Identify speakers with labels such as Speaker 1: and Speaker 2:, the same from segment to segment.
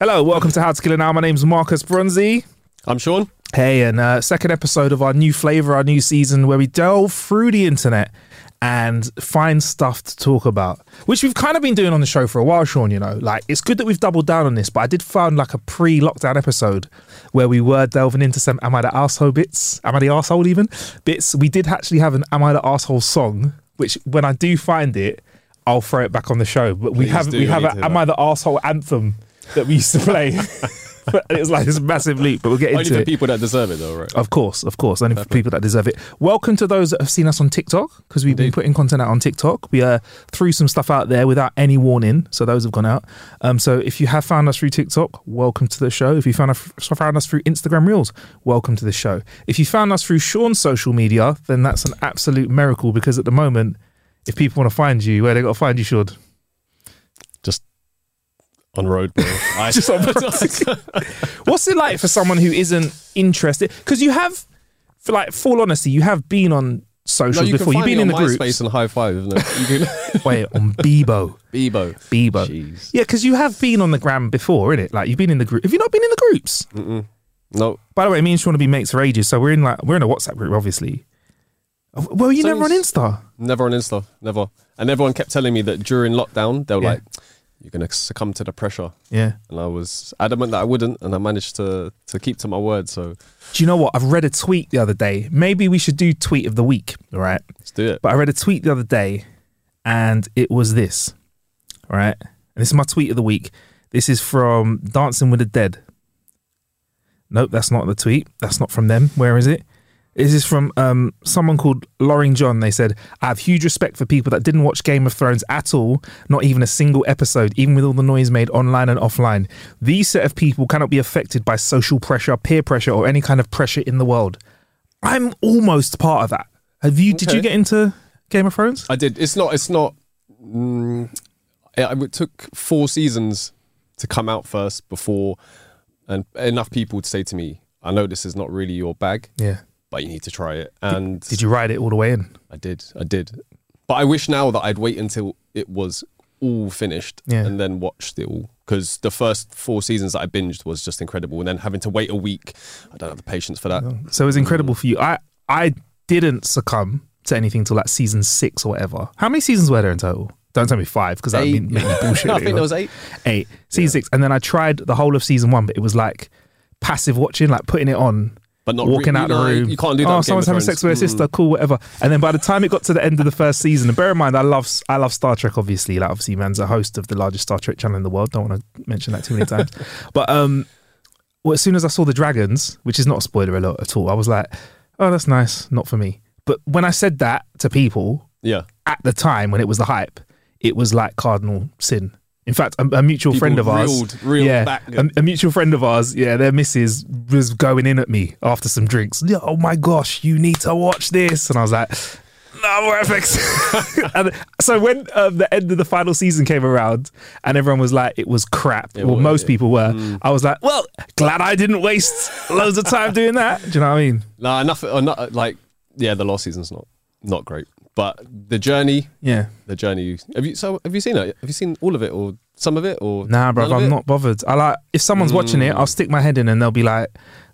Speaker 1: Hello, welcome to How to Kill an Hour. My name's Marcus Brunzi.
Speaker 2: I'm Sean.
Speaker 1: Hey, and uh, second episode of our new flavor, our new season, where we delve through the internet and find stuff to talk about, which we've kind of been doing on the show for a while, Sean. You know, like it's good that we've doubled down on this, but I did find like a pre lockdown episode where we were delving into some Am I the Arsehole bits? Am I the Arsehole even? Bits. We did actually have an Am I the Arsehole song, which when I do find it, I'll throw it back on the show. But we
Speaker 2: Please
Speaker 1: have
Speaker 2: do,
Speaker 1: we
Speaker 2: I
Speaker 1: have
Speaker 2: need
Speaker 1: an
Speaker 2: to hear
Speaker 1: Am I the Arsehole anthem that we used to play. it was like this massive leap, but we'll get into
Speaker 2: Only for
Speaker 1: it.
Speaker 2: people that deserve it, though, right?
Speaker 1: Of course, of course, only for people that deserve it. Welcome to those that have seen us on TikTok because we've been putting content out on TikTok. We uh, threw some stuff out there without any warning, so those have gone out. Um, so if you have found us through TikTok, welcome to the show. If you found us, found us through Instagram Reels, welcome to the show. If you found us through Sean's social media, then that's an absolute miracle because at the moment, if people want to find you, where they got to find you, Sean?
Speaker 2: Just on road, bro. I,
Speaker 1: Just on road. What's it like for someone who isn't interested? Because you have, for like full honesty, you have been on
Speaker 2: no,
Speaker 1: socials
Speaker 2: you
Speaker 1: before.
Speaker 2: can
Speaker 1: You've
Speaker 2: find
Speaker 1: been
Speaker 2: me
Speaker 1: in the
Speaker 2: on
Speaker 1: groups.
Speaker 2: MySpace and High Five, isn't it? You can
Speaker 1: Wait, on Bebo,
Speaker 2: Bebo.
Speaker 1: Bebo.
Speaker 2: Jeez.
Speaker 1: Yeah, because you have been on the gram before, innit? Like you've been in the group. Have you not been in the groups?
Speaker 2: No,
Speaker 1: By the way, me and Sean have been mates for ages, so we're in like we're in a WhatsApp group, obviously. Oh, Well, you
Speaker 2: So
Speaker 1: never on
Speaker 2: it's-
Speaker 1: Insta.
Speaker 2: never on Insta, never. And everyone kept telling me that during lockdown, they were
Speaker 1: Yeah.
Speaker 2: like, "You're gonna succumb to the pressure,"
Speaker 1: Yeah.
Speaker 2: and I was adamant that I wouldn't, and I managed to to keep to my word. So
Speaker 1: Do you know what? I've read a tweet the other day. Maybe we should do tweet of the week, all right?
Speaker 2: let's do it.
Speaker 1: But I read a tweet the other day, and it was this. All right, and this is my tweet of the week. This is from Dancing with the Dead. Nope, that's not the tweet. That's not from them. Where is it? This is from um, someone called Loring John. They said, I have huge respect for people that didn't watch Game of Thrones at all, not even a single episode, even with all the noise made online and offline. These set of people cannot be affected by social pressure, peer pressure, or any kind of pressure in the world. I'm almost part of that. Have you? Did
Speaker 2: Okay.
Speaker 1: you get into Game of Thrones?
Speaker 2: I did. It's not. It's not. Mm, it, it took four seasons to come out first before, and enough people would say to me, "I know this is not really your bag,
Speaker 1: Yeah.
Speaker 2: but you need to try it." And
Speaker 1: Did you ride it all the way in?
Speaker 2: I did. I did. But I wish now that I'd wait until it was all finished
Speaker 1: Yeah.
Speaker 2: and then watched it all. Because the first four seasons that I binged was just incredible. And then having to wait a week, I don't have the patience for that.
Speaker 1: So it was incredible
Speaker 2: Mm.
Speaker 1: for you. I I didn't succumb to anything till like season six or whatever. How many seasons were there in total? Don't tell me five because that would
Speaker 2: Eight.
Speaker 1: be maybe bullshit.
Speaker 2: I think there was eight.
Speaker 1: eight season six, and then I tried the whole of season one, but it was like passive watching, like putting it on.
Speaker 2: But not
Speaker 1: walking
Speaker 2: re-
Speaker 1: out the
Speaker 2: no,
Speaker 1: room.
Speaker 2: you can't do that
Speaker 1: Oh,
Speaker 2: with Game
Speaker 1: someone's
Speaker 2: of
Speaker 1: having
Speaker 2: Thrones.
Speaker 1: sex with her sister. Cool, whatever. And then by the time it got to the end of the first season, and bear in mind, I love I love Star Trek. Obviously, like obviously, man's a host of the largest Star Trek channel in the world. Don't want to mention that too many times. but um, well, as soon as I saw the dragons, which is not a spoiler alert at all, I was like, oh, that's nice, not for me. But when I said that to people
Speaker 2: Yeah.
Speaker 1: at the time when it was the hype, it was like cardinal sin. In fact, a, a mutual
Speaker 2: People
Speaker 1: friend of ours,
Speaker 2: reeled- reeled
Speaker 1: yeah,
Speaker 2: back.
Speaker 1: a, a mutual friend of ours, yeah, their missus was going in at me after some drinks. Yeah, Oh my gosh, you need to watch this, and I was like, no, we're FX. and so when um, the end of the final season came around, and everyone was like, it was crap. well,
Speaker 2: was,
Speaker 1: most
Speaker 2: yeah. Mm.
Speaker 1: people were. I was like, well, glad I didn't waste loads of time doing that. Do you know what I mean?
Speaker 2: Nah, enough. uh, not- Like, yeah, the last season's not not great. But the journey,
Speaker 1: Yeah.
Speaker 2: the journey. Have you so? Have you seen it? Have you seen all of it or some of it or?
Speaker 1: Nah,
Speaker 2: none
Speaker 1: bruv,
Speaker 2: of
Speaker 1: I'm
Speaker 2: it?
Speaker 1: not bothered. I like if someone's watching it, I'll stick my head in and they'll be like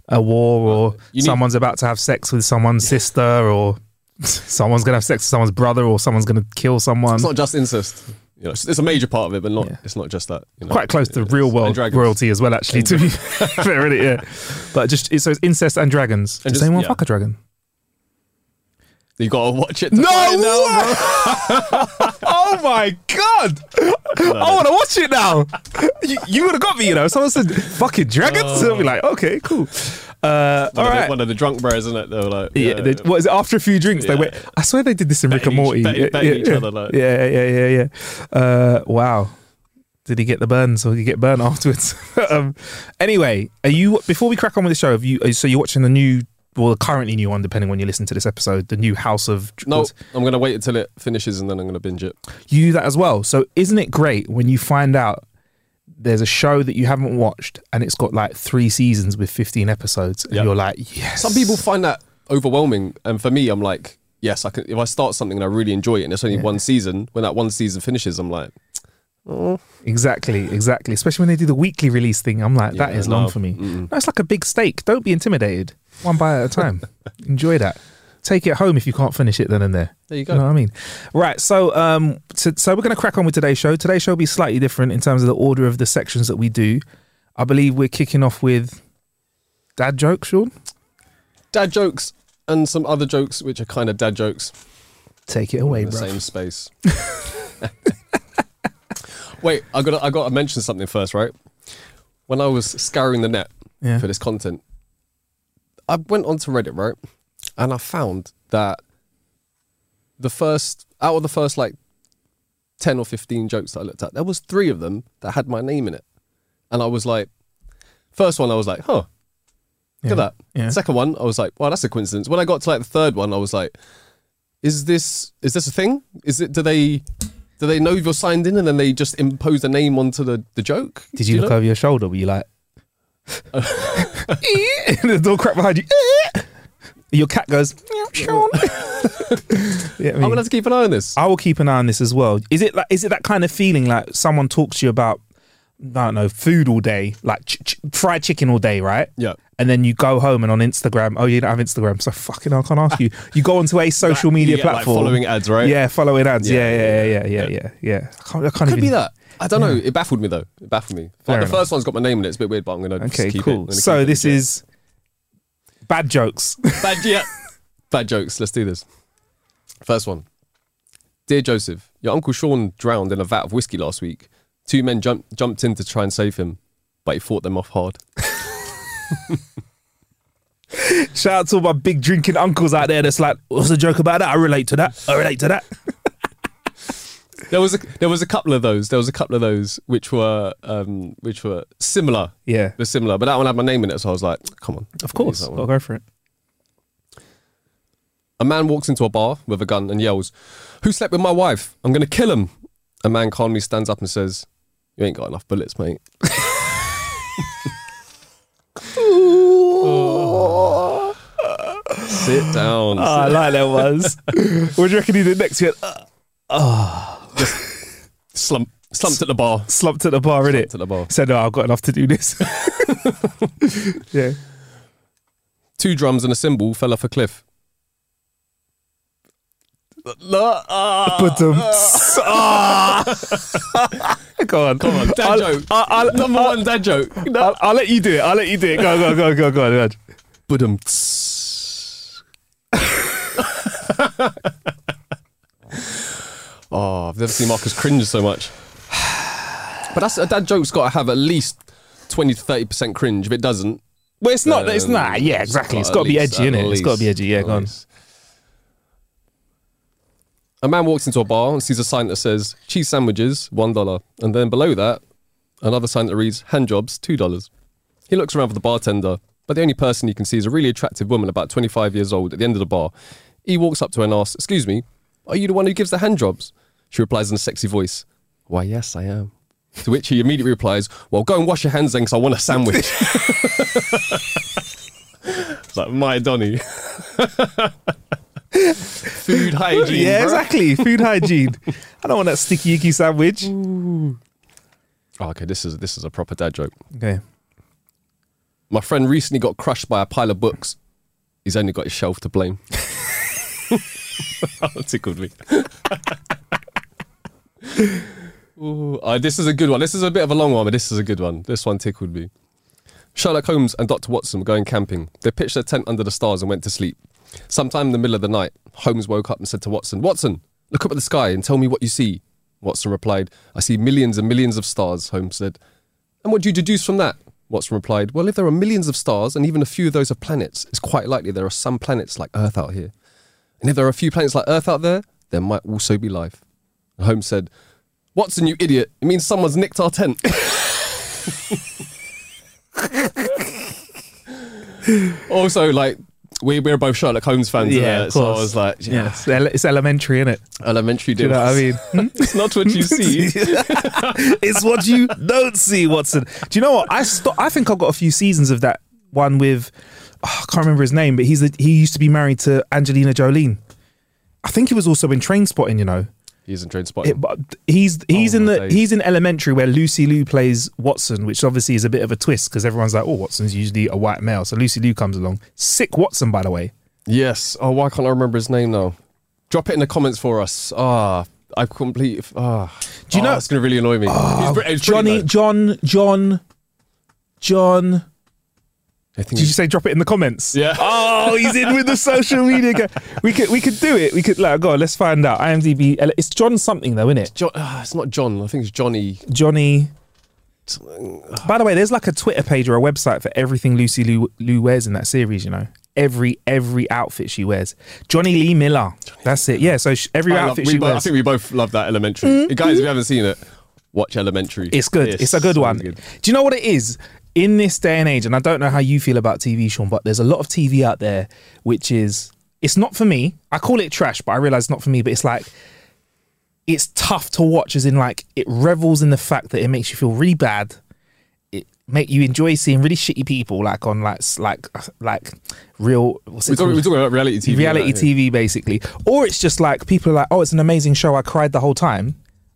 Speaker 1: a war or
Speaker 2: Mm. you need-
Speaker 1: someone's about to have sex with someone's sister or someone's gonna have sex with someone's brother or someone's gonna kill someone.
Speaker 2: It's not just incest. You know, it's, it's a major part of it, but not.
Speaker 1: Yeah.
Speaker 2: It's not just that. You know,
Speaker 1: Quite close to
Speaker 2: It's-
Speaker 1: real
Speaker 2: and
Speaker 1: world
Speaker 2: dragons.
Speaker 1: royalty as well, actually. To be fair, innit? yeah. But just it's- so it's incest and dragons.
Speaker 2: And
Speaker 1: Does
Speaker 2: just-
Speaker 1: anyone
Speaker 2: yeah.
Speaker 1: fuck a dragon?
Speaker 2: You gotta watch it. to find out.
Speaker 1: oh my god! I want to watch it now. You, you would have got me, you know. Someone said fucking dragons.
Speaker 2: Oh.
Speaker 1: I'll be like, okay, cool. Uh, all
Speaker 2: One, of the,
Speaker 1: right.
Speaker 2: one of the drunk bros, isn't it? They were like,
Speaker 1: Yeah, they, what is it? After a few drinks, they
Speaker 2: Uh, Yeah.
Speaker 1: went. I swear they did this in Rick
Speaker 2: Betting
Speaker 1: and
Speaker 2: each-
Speaker 1: Morty.
Speaker 2: betting-
Speaker 1: yeah,
Speaker 2: betting
Speaker 1: yeah,
Speaker 2: each
Speaker 1: yeah.
Speaker 2: other, like.
Speaker 1: yeah, yeah, yeah, yeah. Uh, wow, did he get the burns or did he get burnt afterwards? um, anyway, are you before we crack on with the show? Have you? So you're watching the new, well, the currently new one, depending when you listen to this episode, the new House of
Speaker 2: no, I'm gonna wait until it finishes and then I'm gonna binge it.
Speaker 1: you do that as well. So isn't it great when you find out there's a show that you haven't watched and it's got like three seasons with 15 episodes and
Speaker 2: Yeah.
Speaker 1: you're like, yes.
Speaker 2: Some people find that overwhelming, and for me, I'm like, yes, I can. If I start something and I really enjoy it, and it's only one season, when that one season finishes, I'm like,
Speaker 1: Exactly, exactly. Especially when they do the weekly release thing. I'm like, that
Speaker 2: Yeah,
Speaker 1: is
Speaker 2: no,
Speaker 1: long for me. No, it's like a big steak. Don't be intimidated. One bite at a time. Enjoy that. Take it home if you can't finish it then and there.
Speaker 2: There you go.
Speaker 1: You know what I mean? Right. So, um, so, so we're going to crack on with today's show. Today's show will be slightly different in terms of the order of the sections that we do. I believe we're kicking off with dad jokes, Sean.
Speaker 2: dad jokes and some other jokes which are kind of dad jokes
Speaker 1: Take it away,
Speaker 2: in the
Speaker 1: bro.
Speaker 2: same space. Wait, I got I got to mention something first, right? When I was scouring the net
Speaker 1: Yeah.
Speaker 2: for this content, I went onto Reddit, right, and I found that the first out of the first like ten or fifteen jokes that I looked at, there was three of them that had my name in it, and I was like, first one, I was like, huh, Look at that.
Speaker 1: Yeah.
Speaker 2: Second one, I was like, wow, that's a coincidence. When I got to like the third one, I was like, is this is this a thing? Is it do they do they know you're signed in and then they just impose a name onto the, the joke?
Speaker 1: Did you, look
Speaker 2: know?
Speaker 1: over your shoulder? Were you like, and the door cracked behind you? your cat goes, meow, Sean. yeah, I,
Speaker 2: I'm
Speaker 1: mean,
Speaker 2: gonna have to keep an eye on this.
Speaker 1: I will keep an eye on this as well. Is it like, is it that kind of feeling like someone talks to you about, I don't know, food all day, like ch- ch- fried chicken all day, right?
Speaker 2: Yeah.
Speaker 1: And then you go home and on Instagram, oh, you don't have Instagram, so fucking hell, I can't ask you. You go onto a social
Speaker 2: That-
Speaker 1: media
Speaker 2: yeah, like
Speaker 1: platform.
Speaker 2: following ads, right?
Speaker 1: Yeah, following ads. Yeah,
Speaker 2: Yeah,
Speaker 1: yeah, yeah, yeah, yeah, yeah. I can't, I can't
Speaker 2: Could
Speaker 1: even,
Speaker 2: be that. I don't know. It baffled me though. It baffled me.
Speaker 1: Fair
Speaker 2: Like, the
Speaker 1: enough.
Speaker 2: first one's got my name in it. It's a bit weird, but I'm gonna just
Speaker 1: Okay,
Speaker 2: keep it. I'm
Speaker 1: cool.
Speaker 2: gonna keep
Speaker 1: So
Speaker 2: it
Speaker 1: this
Speaker 2: legit.
Speaker 1: is bad jokes.
Speaker 2: bad, yeah. bad jokes. Let's do this. First one. Dear Joseph, your uncle Sean drowned in a vat of whiskey last week. Two men jumped jumped in to try and save him, but he fought them off hard.
Speaker 1: Shout out to all my big drinking uncles out there that's like, what's the joke about that? I relate to that. I relate to that.
Speaker 2: There was a there was a couple of those. There was a couple of those which were um, which were similar.
Speaker 1: Yeah.
Speaker 2: Were similar, but that one had my name in it, so I was like, come on.
Speaker 1: Of course.
Speaker 2: Use that
Speaker 1: I'll
Speaker 2: one.
Speaker 1: go for it.
Speaker 2: A man walks into a bar with a gun and yells, Who slept with my wife? I'm gonna kill him. A man calmly stands up and says, You ain't got enough bullets, mate. Sit down.
Speaker 1: Oh, I like that was. what do you reckon he did next? He went, uh,
Speaker 2: Slump, slumped at the bar.
Speaker 1: slumped at the bar,
Speaker 2: Slumped
Speaker 1: innit?
Speaker 2: at the bar.
Speaker 1: Said, no, I've got enough to do this. yeah.
Speaker 2: Two drums and a cymbal fell off a cliff. Uh,
Speaker 1: But um, Ah! go on. Come
Speaker 2: on, dad
Speaker 1: I'll,
Speaker 2: joke.
Speaker 1: I'll, I'll,
Speaker 2: Number one dad joke.
Speaker 1: I'll, I'll let you do it. I'll let you do it. Go, go, go, go, go, go.
Speaker 2: Budum. oh, I've never seen Marcus cringe so much. But that's a dad joke's got to have at least twenty to thirty percent cringe. If it doesn't,
Speaker 1: Well, it's not. It's
Speaker 2: then
Speaker 1: not. Yeah, exactly. It's
Speaker 2: at
Speaker 1: got to be
Speaker 2: least-
Speaker 1: edgy,
Speaker 2: at
Speaker 1: innit? It's got to be
Speaker 2: least-
Speaker 1: edgy. Yeah,
Speaker 2: at
Speaker 1: go on.
Speaker 2: least. A man walks into a bar and sees a sign that says cheese sandwiches one dollar, and then below that, another sign that reads hand jobs two dollars. He looks around for the bartender, but the only person he can see is a really attractive woman about 25 years old at the end of the bar. He walks up to her and asks, Excuse me, are you the one who gives the hand jobs? She replies in a sexy voice, Why, yes, I am. To which he immediately replies, Well, go and wash your hands then, because I want a sandwich. It's like, My Donny. Food hygiene.
Speaker 1: Yeah,
Speaker 2: bruh.
Speaker 1: exactly. Food hygiene. I don't want that sticky icky sandwich.
Speaker 2: Oh, okay, this is, this is a proper dad joke.
Speaker 1: Okay.
Speaker 2: My friend recently got crushed by a pile of books. He's only got his shelf to blame. that tickled me. Ooh, uh, this is a good one. This is a bit of a long one, but this is a good one. This one tickled me. Sherlock Holmes and Dr. Watson were going camping. They pitched their tent under the stars and went to sleep. Sometime in the middle of the night, Holmes woke up and said to Watson, Watson, look up at the sky and tell me what you see. Watson replied, I see millions and millions of stars, Holmes said. And what do you deduce from that? Watson replied, Well, if there are millions of stars and even a few of those are planets, it's quite likely there are some planets like Earth out here. And if there are a few planets like Earth out there, there might also be life. And Holmes said, Watson, you idiot, it means someone's nicked our tent. also, like, we, we're both Sherlock Holmes fans,
Speaker 1: Yeah,
Speaker 2: yeah,
Speaker 1: of
Speaker 2: so I
Speaker 1: course.
Speaker 2: was like, yeah,
Speaker 1: It's, ele- it's elementary, innit?
Speaker 2: elementary
Speaker 1: Do you
Speaker 2: dude.
Speaker 1: know what I mean? Hmm?
Speaker 2: It's not what you see.
Speaker 1: it's what you don't see, Watson. Do you know what? I sto- I think I got a few seasons of that one with oh, I can't remember his name, but he's the, he used to be married to Angelina Jolene. I think he was also in Train Spotting. You know,
Speaker 2: He's in train spot.
Speaker 1: It- but he's he's
Speaker 2: Oh,
Speaker 1: in
Speaker 2: my
Speaker 1: the
Speaker 2: days.
Speaker 1: he's in Elementary where Lucy Liu plays Watson, which obviously is a bit of a twist because everyone's like, oh, Watson's usually a white male, so Lucy Liu comes along. Sick Watson, by the way.
Speaker 2: Yes. Oh, why can't I remember his name now? Drop it in the comments for us. Ah, I complete. Ah,
Speaker 1: Do you
Speaker 2: Ah,
Speaker 1: know- Ah,
Speaker 2: It's gonna really annoy me. He's Brit- he's
Speaker 1: Johnny,
Speaker 2: British,
Speaker 1: John, John, John.
Speaker 2: though. I
Speaker 1: Did
Speaker 2: think
Speaker 1: you say drop it in the comments?
Speaker 2: Yeah.
Speaker 1: Oh, he's in with the social media. Guy. We could we could do it. We could like go. on, Let's find out. IMDb. ele- It's John something though, isn't it?
Speaker 2: John, ah, it's not John. I think it's Johnny.
Speaker 1: Johnny. By the way, there's like a Twitter page or a website for everything Lucy Lou, Lou wears in that series. You know, every every outfit she wears. Johnny Lee Miller. That's it. Yeah. So sh- every
Speaker 2: I, love-
Speaker 1: outfit
Speaker 2: we
Speaker 1: she
Speaker 2: both- I
Speaker 1: wears.
Speaker 2: think we both love that Elementary. Guys, if you haven't seen it, watch Elementary.
Speaker 1: It's good. It's, a good
Speaker 2: really
Speaker 1: one. Do you know what it is? In this day and age, and I don't know how you feel about TV, Sean, but there's a lot of TV out there which is it's not for me. I call it trash, but I realize it's not for me. But it's like it's tough to watch, as in like it revels in the fact that it makes you feel really bad. It make you enjoy seeing really shitty people like on like s- like like real. What's it
Speaker 2: We're talking,
Speaker 1: called?
Speaker 2: we're talking about reality TV.
Speaker 1: reality
Speaker 2: right?
Speaker 1: TV, basically. Or it's just like people are like, "Oh, it's an amazing show. I cried the whole time."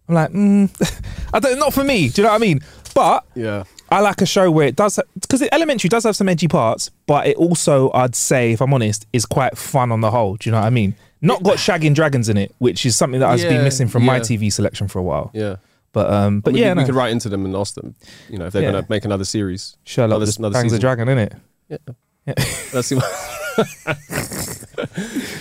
Speaker 1: I'm like, mm, I don't, not for me. Do you know what I mean? But
Speaker 2: Yeah.
Speaker 1: I like a show where it does because Elementary does have some edgy parts, but it also, I'd say, if I'm honest, is quite fun on the whole. Do you know what I mean? Not got shagging dragons in it, which is something that I've
Speaker 2: Yeah,
Speaker 1: been missing from my
Speaker 2: yeah.
Speaker 1: TV selection for a while.
Speaker 2: Yeah.
Speaker 1: But um, but
Speaker 2: we,
Speaker 1: yeah,
Speaker 2: could- we
Speaker 1: no.
Speaker 2: could write into them and ask them, you know, if they're
Speaker 1: Yeah.
Speaker 2: gonna make another series.
Speaker 1: Sherlock
Speaker 2: another,
Speaker 1: just bangs a
Speaker 2: season.
Speaker 1: dragon in it.
Speaker 2: That's the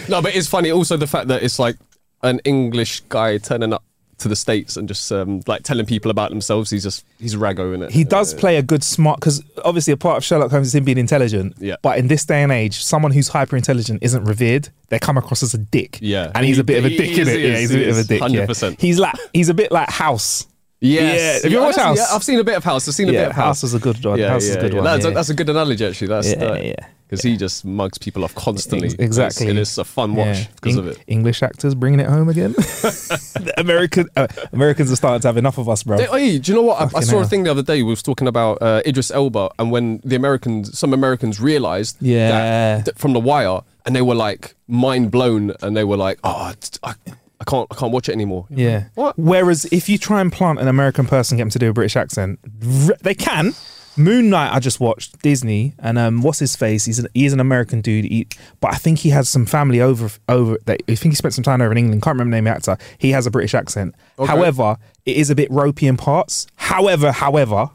Speaker 2: no, but it's funny. Also, the fact that it's like an English guy turning up to the states and just um, like telling people about themselves. He's just he's rago in it.
Speaker 1: He does play a good smart because obviously a part of Sherlock Holmes is him being intelligent.
Speaker 2: Yeah.
Speaker 1: But in this day and age, someone who's hyper intelligent isn't revered. They come across as a dick.
Speaker 2: Yeah.
Speaker 1: And he's a bit of a
Speaker 2: He-
Speaker 1: dick
Speaker 2: he
Speaker 1: in
Speaker 2: is,
Speaker 1: it.
Speaker 2: he
Speaker 1: Yeah,
Speaker 2: is,
Speaker 1: he's a
Speaker 2: he
Speaker 1: bit of a
Speaker 2: is.
Speaker 1: dick. yeah.
Speaker 2: 100%.
Speaker 1: He's like he's a bit like House.
Speaker 2: Yes.
Speaker 1: Yeah. Have you watched
Speaker 2: I've seen-
Speaker 1: House?
Speaker 2: Yeah, I've seen a bit of House. I've seen a bit
Speaker 1: Yeah,
Speaker 2: of
Speaker 1: House
Speaker 2: House.
Speaker 1: was a good one.
Speaker 2: Yeah,
Speaker 1: House
Speaker 2: yeah,
Speaker 1: is a good
Speaker 2: yeah.
Speaker 1: one.
Speaker 2: That's,
Speaker 1: yeah.
Speaker 2: A, that's a good analogy actually. That's
Speaker 1: Yeah, yeah, yeah.
Speaker 2: Because he just mugs people off constantly.
Speaker 1: Ex- exactly.
Speaker 2: It's, it is a fun
Speaker 1: Yeah.
Speaker 2: watch because
Speaker 1: Eng-
Speaker 2: of it.
Speaker 1: English actors bringing it home again. American uh, Americans are starting to have enough of us, bro.
Speaker 2: They- Hey, do you know what? I, I
Speaker 1: Fucking
Speaker 2: saw a
Speaker 1: hell.
Speaker 2: thing the other day. We was talking about uh, Idris Elba, and when the Americans, some Americans realized,
Speaker 1: Yeah.
Speaker 2: that, that from The Wire, and they were like mind blown, and they were like, oh, it's- I, I can't, I can't watch it anymore.
Speaker 1: Yeah.
Speaker 2: What?
Speaker 1: Whereas if you try and plant an American person, get them to do a British accent, r- they can. Moon Knight, I just watched Disney, and um, what's his face? He's an, he is an American dude, he, but I think he has some family over over. That, I think he spent some time over in England. Can't remember the name of the actor. He has a British accent. However, it is a bit ropey in parts. However, however,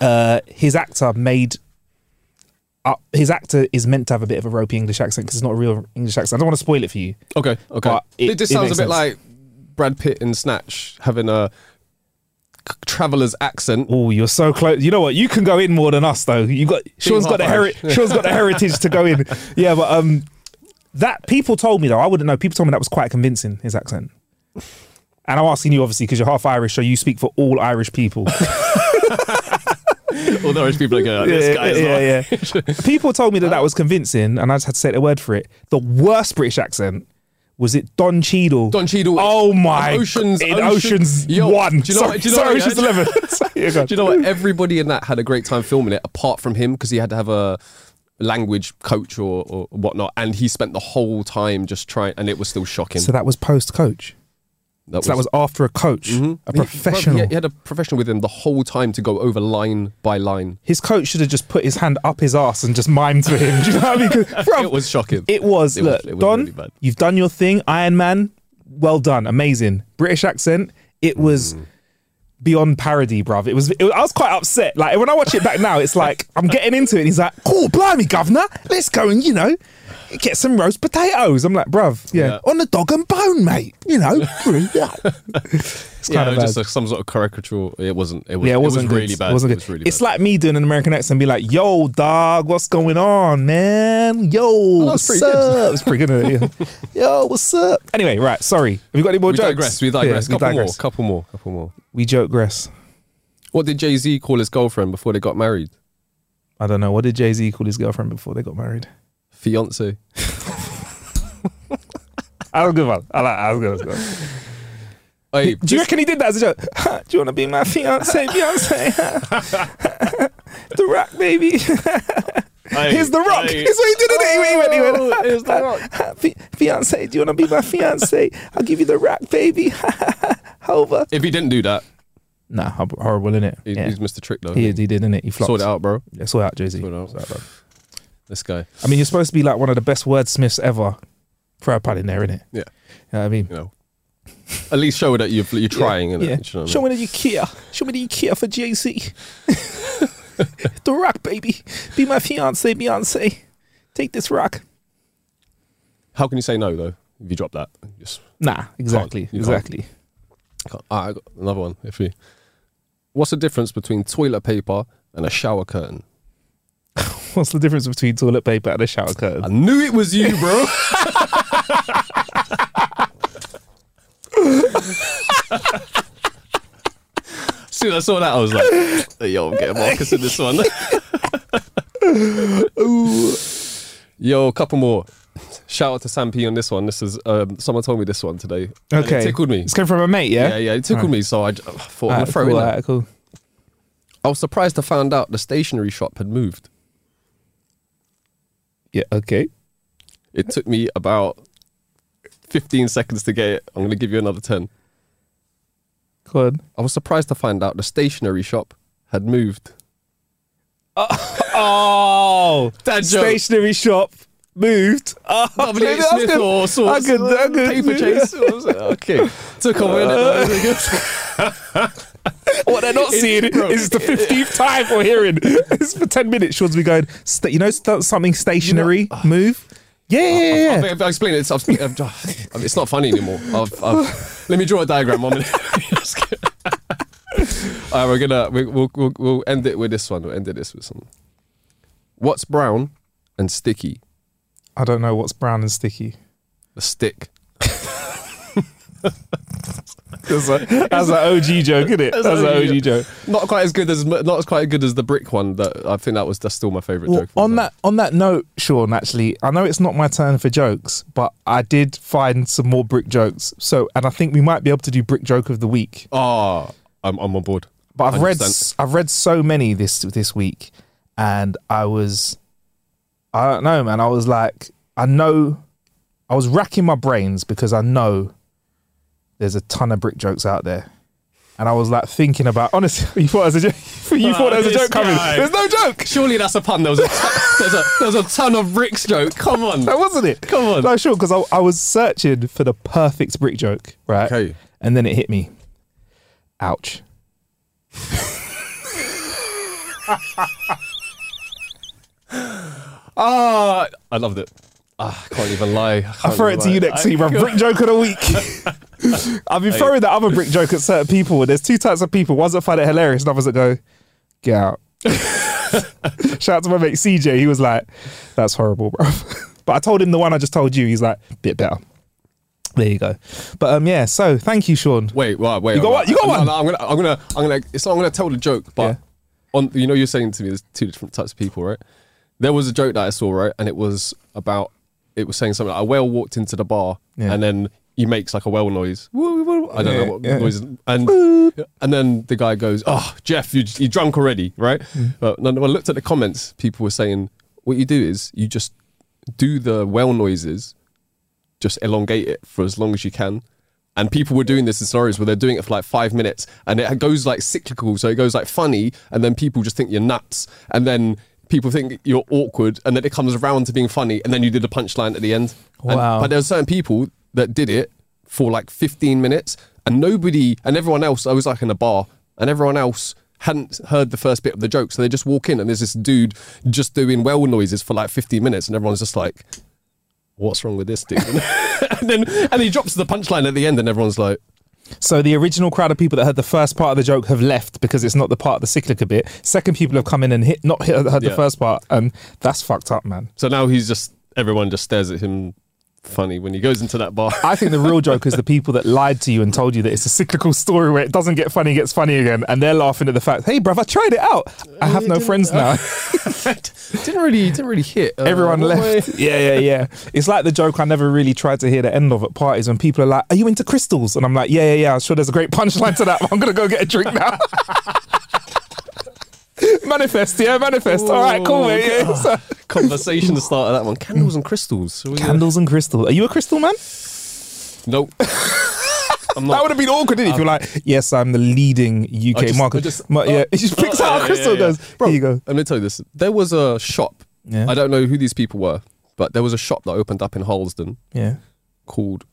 Speaker 1: uh, his actor made uh, his actor is meant to have a bit of a ropey English accent because it's not a real English accent. I don't want to spoil it for you.
Speaker 2: Okay, okay.
Speaker 1: But it-
Speaker 2: It, just
Speaker 1: it
Speaker 2: sounds
Speaker 1: makes
Speaker 2: a bit
Speaker 1: sense.
Speaker 2: like Brad Pitt in Snatch having a c- traveler's accent.
Speaker 1: Oh, you're so close. You know what? You can go in more than us, though. You got Sean's got the heri-
Speaker 2: half-Irish.
Speaker 1: Sean's got the heritage to go in. Yeah, but um, that people told me though. I wouldn't know. People told me that was quite convincing his accent. And I'm asking you obviously because you're half Irish, so you speak for all Irish people.
Speaker 2: All the Irish people are going, this guy is
Speaker 1: yeah,
Speaker 2: not.
Speaker 1: yeah,
Speaker 2: Uh.
Speaker 1: yeah. People told me that that was convincing, and I just had to say the word for it. The worst British accent was it Don Cheadle.
Speaker 2: Don Cheadle.
Speaker 1: Oh my!
Speaker 2: Oceans-
Speaker 1: in
Speaker 2: Ocean-
Speaker 1: Oceans
Speaker 2: Yo,
Speaker 1: One.
Speaker 2: do you know
Speaker 1: sorry,
Speaker 2: what- do you know
Speaker 1: sorry,
Speaker 2: what,
Speaker 1: Oceans
Speaker 2: yeah?
Speaker 1: Eleven. Sorry, yeah, go on.
Speaker 2: Do you know what? Everybody in that had a great time filming it, apart from him, because he had to have a language coach or, or whatnot, and he spent the whole time just trying, and it was still shocking.
Speaker 1: So that was post coach. So that was after a coach, a
Speaker 2: He-
Speaker 1: professional.
Speaker 2: He, he had a professional with him the whole time to go over line by line.
Speaker 1: His coach should have just put his hand up his ass and just mimed to him. Do you know what I mean? 'Cause, bruv,
Speaker 2: It was shocking.
Speaker 1: It was.
Speaker 2: It was-
Speaker 1: look,
Speaker 2: it was
Speaker 1: Don,
Speaker 2: really bad.
Speaker 1: you've done your thing. Iron Man, well done, amazing. British accent. It was. beyond parody, bruv. It was, it was- I was quite upset. Like when I watch it back now, it's like I'm getting into it. And he's like, "Cool, blimey, governor, let's go and you know get some roast potatoes." I'm like, bruv, yeah,
Speaker 2: Yeah.
Speaker 1: on the dog and bone, mate. You know, yeah. it's
Speaker 2: yeah,
Speaker 1: kind of
Speaker 2: it was
Speaker 1: bad.
Speaker 2: just like some sort of caricatural. It wasn't. It was,
Speaker 1: yeah, it wasn't good.
Speaker 2: really bad.
Speaker 1: It wasn't good.
Speaker 2: was really
Speaker 1: it's
Speaker 2: bad.
Speaker 1: like me doing an American accent, and be like, "Yo, dog, what's going on, man? Yo,
Speaker 2: Oh, that's
Speaker 1: what's
Speaker 2: pretty
Speaker 1: up?"
Speaker 2: good.
Speaker 1: It's pretty good. isn't it? Yeah. Yo, what's up? Anyway, right. Sorry, have you got any more
Speaker 2: we
Speaker 1: jokes?
Speaker 2: digress. We
Speaker 1: Yeah,
Speaker 2: digress.
Speaker 1: we
Speaker 2: couple
Speaker 1: digress.
Speaker 2: more. Couple more. Couple more.
Speaker 1: We joke gress.
Speaker 2: What did Jay Z call his girlfriend before they got married?
Speaker 1: I don't know. What did Jay Z call his girlfriend before they got married?
Speaker 2: Fiance.
Speaker 1: I was a good one. I like. I was good. I was good.
Speaker 2: Hey,
Speaker 1: Do you reckon he did that as a joke? "Huh, Do you want to be my fiance, fiance? the Rock, baby. Here's the Rock.
Speaker 2: hey.
Speaker 1: That's what he did. Didn't he? He went. He went.
Speaker 2: Oh, here's the rock.
Speaker 1: Fi- fiance, do you want to be my fiance? I'll give you the rock, baby. Over.
Speaker 2: If he didn't do that,
Speaker 1: Nah, hor- horrible, innit?
Speaker 2: he,
Speaker 1: yeah.
Speaker 2: he's Mr. Trick though.
Speaker 1: he, he did, innit? He flopped.
Speaker 2: Sort it out, bro.
Speaker 1: Yeah, sort it out, Jay Z.
Speaker 2: Sort it out. This guy.
Speaker 1: I mean, you're supposed to be like one of the best wordsmiths ever. Throw a pun in there, innit?
Speaker 2: Yeah.
Speaker 1: You know what I mean?
Speaker 2: You know. At least show that you're, you're trying. innit?
Speaker 1: Yeah.
Speaker 2: Do you know what I
Speaker 1: Show
Speaker 2: mean?
Speaker 1: me that you care. Show me that you care for Jay Z. the rock, baby. Be my fiance, Beyonce. Take this rock.
Speaker 2: How can you say no though? If you drop that, just
Speaker 1: Nah, exactly.
Speaker 2: You can't.
Speaker 1: Exactly.
Speaker 2: can't. Ah, I got another one. If you, what's the difference between toilet paper and a shower curtain?
Speaker 1: What's the difference between toilet paper and a shower curtain?
Speaker 2: I knew it was you, bro. Soon I saw that, I was like, "Yo, I'm getting Marcus in this one." Ooh. Yo, a couple more. Shout out to Sam P on this one. This is um, someone told me this one today. and
Speaker 1: Okay.
Speaker 2: it tickled me.
Speaker 1: It's coming from a mate, yeah?
Speaker 2: Yeah, yeah, it tickled me. So I j- I thought I'm
Speaker 1: Alright,
Speaker 2: gonna throw
Speaker 1: cool,
Speaker 2: it. in there.
Speaker 1: alright, cool.
Speaker 2: I was surprised to find out the stationery shop had moved.
Speaker 1: Yeah, okay.
Speaker 2: It took me about 15 seconds to get it. I'm gonna give you another 10.
Speaker 1: Go on.
Speaker 2: I was surprised to find out the stationery shop had moved.
Speaker 1: Oh,
Speaker 2: Dad joke.
Speaker 1: stationary shop moved. Oh,
Speaker 2: W.H.
Speaker 1: that's
Speaker 2: Smith
Speaker 1: good.
Speaker 2: or
Speaker 1: I
Speaker 2: sorts.
Speaker 1: could, I could,
Speaker 2: Paper chase. okay. Took a minute.
Speaker 1: What they're not seeing is the fifteenth time we're hearing. It's for ten minutes. Sean's be going. St- you know st- something stationary
Speaker 2: uh,
Speaker 1: move. Yeah, yeah, yeah.
Speaker 2: I've, I've explained it. It's, I've, I've- it's not funny anymore. I've, I've, let me draw a diagram. One minute. All right, we're gonna we, we'll, we'll we'll end it with this one. We'll end it this with some. What's brown and sticky?
Speaker 1: I don't know what's brown and sticky.
Speaker 2: A stick.
Speaker 1: That's a- that's an OG joke, isn't it? That's an OG joke.
Speaker 2: Not quite as good as not as quite as good as the brick one. That I think that was that's still my favorite
Speaker 1: Well,
Speaker 2: joke. from
Speaker 1: on
Speaker 2: them.
Speaker 1: that on that note, Sean, actually, I know it's not my turn for jokes, but I did find some more brick jokes. So, and I think we might be able to do brick joke of the week.
Speaker 2: Ah, I'm I'm on board.
Speaker 1: But I've read
Speaker 2: 100%.
Speaker 1: I've read so many this this week, and I was, I don't know, man. I was like, I know, I was racking my brains because I know there's a ton of brick jokes out there, and I was like thinking about honestly, you thought it was a joke, you thought there was a
Speaker 2: this
Speaker 1: joke coming.
Speaker 2: guy.
Speaker 1: There's no joke.
Speaker 2: Surely that's a pun. There was a there's a there's a ton of bricks joke. Come on.
Speaker 1: That wasn't it.
Speaker 2: Come on.
Speaker 1: No, sure, because I, I was searching for the perfect brick joke, right?
Speaker 2: Okay.
Speaker 1: And then it hit me. Ouch.
Speaker 2: Ah, I loved it. Ah, I can't even lie.
Speaker 1: I throw it to you next week, bro. Brick joke of the week. I've been throwing that other brick joke at certain people. There's two types of people. Ones that find it hilarious, and others that go, "Get out." Shout out to my mate CJ. He was like, "That's horrible, bro." but I told him the one I just told you. He's like, "Bit better." There you go. But um, yeah. So thank you, Sean.
Speaker 2: Wait, wait, wait.
Speaker 1: You got
Speaker 2: I'm
Speaker 1: one? You got
Speaker 2: no,
Speaker 1: one?
Speaker 2: No, I'm gonna, I'm gonna, I'm gonna. It's not. I'm gonna tell the joke, but
Speaker 1: Yeah.
Speaker 2: on, you know, you're saying to me, there's two different types of people, right? There was a joke that I saw, right, and it was about, it was saying something like a whale walked into the bar,
Speaker 1: Yeah.
Speaker 2: and then he makes like a whale noise. Woo, woo, woo. I don't
Speaker 1: Yeah,
Speaker 2: know what
Speaker 1: yeah.
Speaker 2: noise, and and then the guy goes, "Oh, Jeff, you you drunk already, right?"
Speaker 1: Mm-hmm.
Speaker 2: But no, no, I looked at the comments. People were saying, "What you do is you just do the whale noises." just elongate it for as long as you can. And people were doing this in scenarios where they're doing it for like five minutes and it goes like cyclical. So it goes like funny and then people just think you're nuts. And then people think you're awkward and then it comes around to being funny and then you did a punchline at the end. And-
Speaker 1: Wow.
Speaker 2: but there were certain people that did it for like 15 minutes and nobody and everyone else, I was like in a bar and everyone else hadn't heard the first bit of the joke. So they just walk in and there's this dude just doing well noises for like 15 minutes and everyone's just like, what's wrong with this dude? and then and he drops the punchline at the end and everyone's like,
Speaker 1: So the original crowd of people that heard the first part of the joke have left because it's not the part of the cyclica bit. Second people have come in and hit not hit, heard the
Speaker 2: Yeah.
Speaker 1: first part, and that's fucked up, man.
Speaker 2: so now he's just, everyone just stares at him funny when he goes into that bar.
Speaker 1: I think the real joke is the people that lied to you and told you that it's a cyclical story where it doesn't get funny, it gets funny again, and they're laughing at the fact, "Hey, bruv, I tried it out. I have no friends now.
Speaker 2: didn't really, didn't really hit. Uh,
Speaker 1: Everyone
Speaker 2: what
Speaker 1: left."
Speaker 2: way-
Speaker 1: Yeah, yeah, yeah. It's like the joke I never really tried to hear the end of at parties when people are like, "Are you into crystals?" and I'm like, "Yeah, yeah, yeah. I'm sure there's a great punchline to that. but I'm gonna go get a drink now." manifest, yeah, manifest. All right, cool, mate. Yeah. So-
Speaker 2: Conversation to start at that one. Candles and crystals. Shall we-
Speaker 1: Candles and crystal. Are you a crystal man?
Speaker 2: Nope. I'm
Speaker 1: That
Speaker 2: not.
Speaker 1: would have been awkward didn't it, if you're like, yes, I'm the leading
Speaker 2: Um, I
Speaker 1: UK
Speaker 2: just-
Speaker 1: market.
Speaker 2: I just-
Speaker 1: Ma- yeah,
Speaker 2: oh,
Speaker 1: he just picks
Speaker 2: oh,
Speaker 1: out
Speaker 2: yeah,
Speaker 1: a crystal.
Speaker 2: yeah, yeah.
Speaker 1: Goes,
Speaker 2: Bro,
Speaker 1: here you go.
Speaker 2: I'm going to tell you this. There was a shop.
Speaker 1: Yeah.
Speaker 2: I don't know who these people were, but there was a shop that opened up in Harlesden
Speaker 1: Yeah.
Speaker 2: called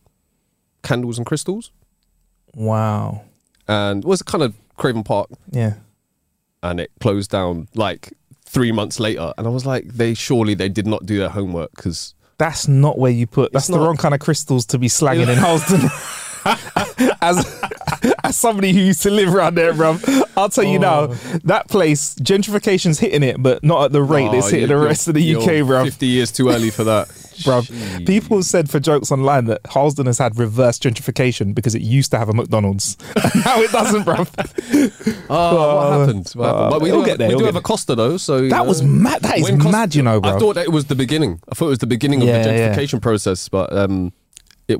Speaker 2: Candles and Crystals.
Speaker 1: Wow.
Speaker 2: And it was kind of Craven Park.
Speaker 1: Yeah.
Speaker 2: And it closed down like three months later. And I was like, they surely they did not do their homework because
Speaker 1: That's not where you put. That's
Speaker 2: It's
Speaker 1: the
Speaker 2: not.
Speaker 1: wrong kind of crystals to be slagging in Halston. as as somebody who used to live around there, bruv, I'll tell you now
Speaker 2: Oh.
Speaker 1: that place gentrification's hitting it, but not at the rate
Speaker 2: ah,
Speaker 1: it's
Speaker 2: Oh,
Speaker 1: hitting the rest of the UK, bruv.
Speaker 2: 50 years too early for that.
Speaker 1: Bruv, people said for jokes online that Harlesden has had reverse gentrification because it used to have a McDonald's. now it doesn't, bruv.
Speaker 2: Oh,
Speaker 1: Uh,
Speaker 2: what happened? What happened?
Speaker 1: uh,
Speaker 2: but we
Speaker 1: it'll
Speaker 2: do,
Speaker 1: get
Speaker 2: have,
Speaker 1: there,
Speaker 2: we
Speaker 1: it'll
Speaker 2: do
Speaker 1: get
Speaker 2: have a
Speaker 1: there.
Speaker 2: Costa though, so you
Speaker 1: That
Speaker 2: know.
Speaker 1: was mad. That is
Speaker 2: When Costa-
Speaker 1: mad, you know, bro.
Speaker 2: I thought that it was the beginning. I thought it was the beginning
Speaker 1: Yeah,
Speaker 2: of the
Speaker 1: yeah.
Speaker 2: gentrification process, but um, it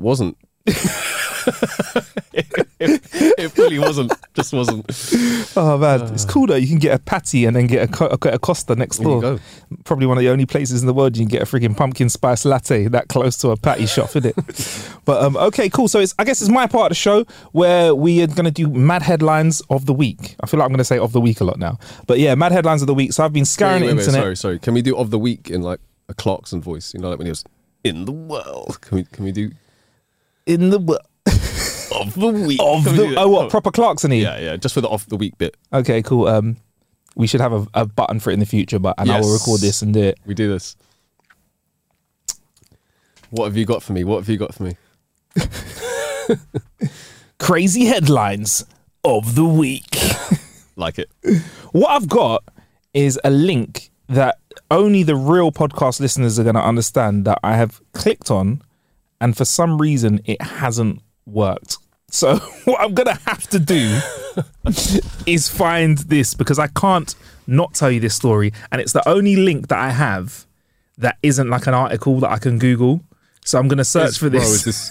Speaker 2: wasn't. it, it really wasn't. Just wasn't.
Speaker 1: Oh man, it's cool though. You can get a patty and then get a, co- get a Costa next
Speaker 2: Uh. There you
Speaker 1: door.
Speaker 2: go.
Speaker 1: Probably one of the only places in the world you can get a freaking pumpkin spice latte that close to a patty shop, isn't it? But um, okay, cool. So it's I guess it's my part of the show where we are gonna do mad headlines of the week. I feel like I'm gonna say of the week a lot now, but yeah, mad headlines of the week. So I've been
Speaker 2: Wait,
Speaker 1: scouring
Speaker 2: wait,
Speaker 1: the
Speaker 2: wait,
Speaker 1: internet.
Speaker 2: sorry, sorry. Can we do of the week in like a Clarkson voice? You know, like when he was in the world. Can we? Can we do
Speaker 1: in the wo-
Speaker 2: of the week?
Speaker 1: of
Speaker 2: Can we
Speaker 1: the
Speaker 2: do that?
Speaker 1: oh what proper Clarkson
Speaker 2: Yeah, yeah. Just for the off the week bit.
Speaker 1: Okay, cool. Um, we should have a, a button for it in the future, but and I will
Speaker 2: Yes.
Speaker 1: record this and do it.
Speaker 2: We do this. What have you got for me? What have you got for me?
Speaker 1: Crazy headlines of the week.
Speaker 2: Like it.
Speaker 1: What I've got is a link that only the real podcast listeners are going to understand that I have clicked on, and for some reason it hasn't worked. So what I'm going to have to do is find this because I can't not tell you this story, and it's the only link that I have that isn't like an article that I can Google. So I'm going to search for
Speaker 2: Bro,
Speaker 1: this.
Speaker 2: is this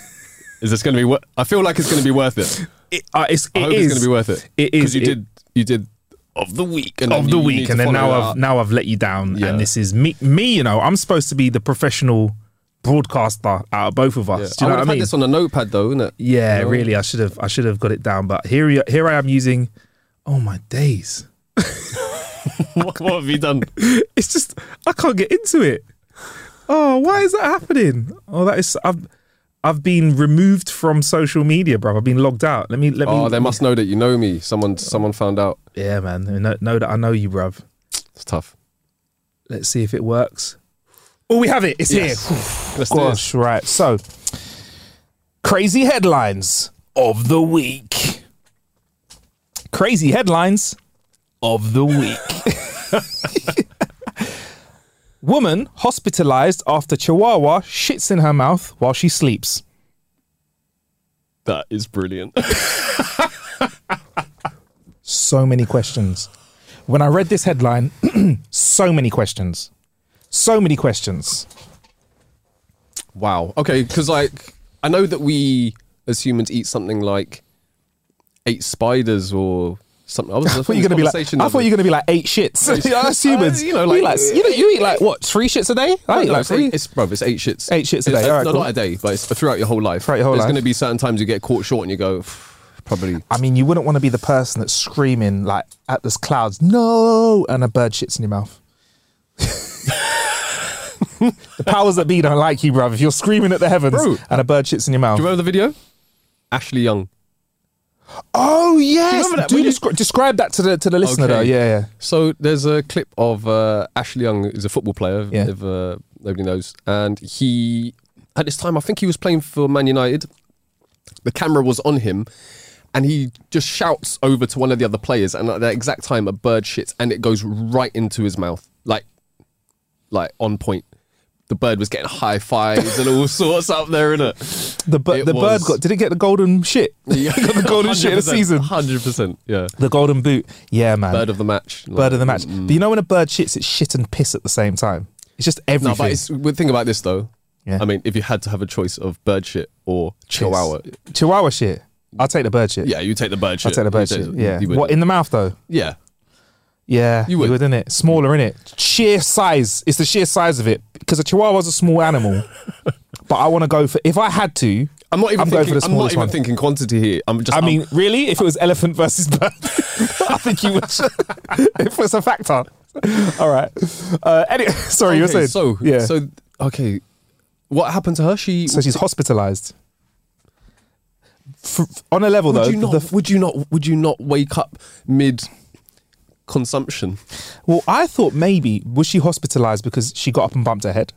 Speaker 2: is this going to be? Wor- I feel like it's going to be worth it.
Speaker 1: It- uh, it's,
Speaker 2: I
Speaker 1: it
Speaker 2: hope
Speaker 1: is-
Speaker 2: it's going to be worth it.
Speaker 1: It
Speaker 2: 'Cause
Speaker 1: is.
Speaker 2: You
Speaker 1: It-
Speaker 2: did. You did of the week and then
Speaker 1: of
Speaker 2: you-
Speaker 1: the
Speaker 2: you
Speaker 1: week,
Speaker 2: need
Speaker 1: and
Speaker 2: to
Speaker 1: then now
Speaker 2: follow it
Speaker 1: I've
Speaker 2: up.
Speaker 1: now I've let you down,
Speaker 2: Yeah.
Speaker 1: and this is me. Me, you know, I'm supposed to be the professional broadcaster out of both of
Speaker 2: Yeah.
Speaker 1: us. Do
Speaker 2: I
Speaker 1: you
Speaker 2: would
Speaker 1: know
Speaker 2: have
Speaker 1: what I
Speaker 2: had
Speaker 1: mean?
Speaker 2: this on a notepad though, innit?
Speaker 1: yeah,
Speaker 2: You know?
Speaker 1: really, I should have I should have got it down, but here we- here I am using. Oh my days!
Speaker 2: what, what have you done?
Speaker 1: It's just I can't get into it. Oh, why is that happening? Oh, that is I've I've been removed from social media, bro. I've been logged out. Let me let me.
Speaker 2: Oh, they must know that you know me. Someone, someone found out.
Speaker 1: Yeah, man. They Know, know that I know you, bruv.
Speaker 2: It's tough.
Speaker 1: Let's see if it works. Oh, we have it. It's here.
Speaker 2: Let's do this.
Speaker 1: Gosh, right. So, crazy headlines of the week. Crazy headlines of the week. Woman hospitalized after Chihuahua shits in her mouth while she sleeps.
Speaker 2: That is brilliant.
Speaker 1: So many questions. When I read this headline, so many questions. So many questions.
Speaker 2: wow. Okay, because like I know that we as humans eat something like eight spiders or something. I was.
Speaker 1: I thought you were gonna be like. I thought you were gonna be like eight shits. you know, that's humans.
Speaker 2: Uh,
Speaker 1: you know, like, you, know, you eat like what three shits a day? I eat like
Speaker 2: it's, eight,
Speaker 1: three.
Speaker 2: it's bro, it's eight shits.
Speaker 1: Eight shits a
Speaker 2: It's-
Speaker 1: day, alright,
Speaker 2: no,
Speaker 1: cool.
Speaker 2: Not a day, but it's throughout your whole life.
Speaker 1: Throughout your whole
Speaker 2: There's
Speaker 1: life.
Speaker 2: going to be certain times you get caught short and you go, probably.
Speaker 1: I mean, you wouldn't want to be the person that's screaming like at the clouds, no, and a bird shits in your mouth. the powers that be don't like you, bruv. If you're screaming at the heavens
Speaker 2: Bro.
Speaker 1: and a bird shits in your mouth,
Speaker 2: Do you remember the video? Ashley Young.
Speaker 1: Oh yes,
Speaker 3: remember that
Speaker 1: do
Speaker 3: when you-
Speaker 1: descri- describe that to the to the listener
Speaker 2: Okay.
Speaker 1: though. Yeah, yeah.
Speaker 2: So there's a clip of uh, Ashley Young, who's a football player, if-
Speaker 1: Yeah.
Speaker 2: if uh, nobody knows. And he, at this time, I think he was playing for Man United. The camera was on him, and he just shouts over to one of the other players. And at that exact time, a bird shits, and it goes right into his mouth, like, like on point. The bird was getting high fives and all sorts up there, innit?
Speaker 1: The bir-
Speaker 2: It
Speaker 1: the
Speaker 2: was-
Speaker 1: bird got did it get the golden shit?
Speaker 2: Yeah,
Speaker 1: got the golden shit of the season.
Speaker 2: Hundred percent, yeah.
Speaker 1: The golden boot. Yeah, man.
Speaker 2: Bird of the match.
Speaker 1: Bird of the Mm. match. But you know when a bird shits, it's shit and piss at the same time. It's just everything.
Speaker 2: No, but it's, well, think about this though.
Speaker 1: Yeah.
Speaker 2: I mean, if you had to have a choice of bird shit or chihuahua,
Speaker 1: Chihuahua shit. I'll take the bird shit.
Speaker 2: yeah, you take the bird shit.
Speaker 1: I'll take the
Speaker 2: You
Speaker 1: bird shit.
Speaker 2: the-
Speaker 1: yeah.
Speaker 2: you would.
Speaker 1: What in the mouth though?
Speaker 2: yeah,
Speaker 1: Yeah,
Speaker 2: You would.
Speaker 1: in it. Smaller in it. Sheer size. It's the sheer size of it because a chihuahua's a small animal. but I want to go for if I had to.
Speaker 2: I'm not even.
Speaker 1: I'm going for
Speaker 2: thinking,
Speaker 1: the
Speaker 2: I'm not
Speaker 1: smallest
Speaker 2: even
Speaker 1: one.
Speaker 2: thinking quantity here. I'm just.
Speaker 1: I
Speaker 2: I'm-
Speaker 1: mean, really, if it was elephant versus bird, I think you would. if it's a factor. All right. Uh, any, sorry, you were
Speaker 2: okay,
Speaker 1: saying.
Speaker 2: so
Speaker 1: yeah. So,
Speaker 2: So okay, what happened to her? She.
Speaker 1: she's hospitalized. F on a level
Speaker 2: would
Speaker 1: though,
Speaker 2: you not?
Speaker 1: the f-
Speaker 2: would you not? Would you not wake up mid consumption?
Speaker 1: well, I thought maybe was she hospitalized because she got up and bumped her head.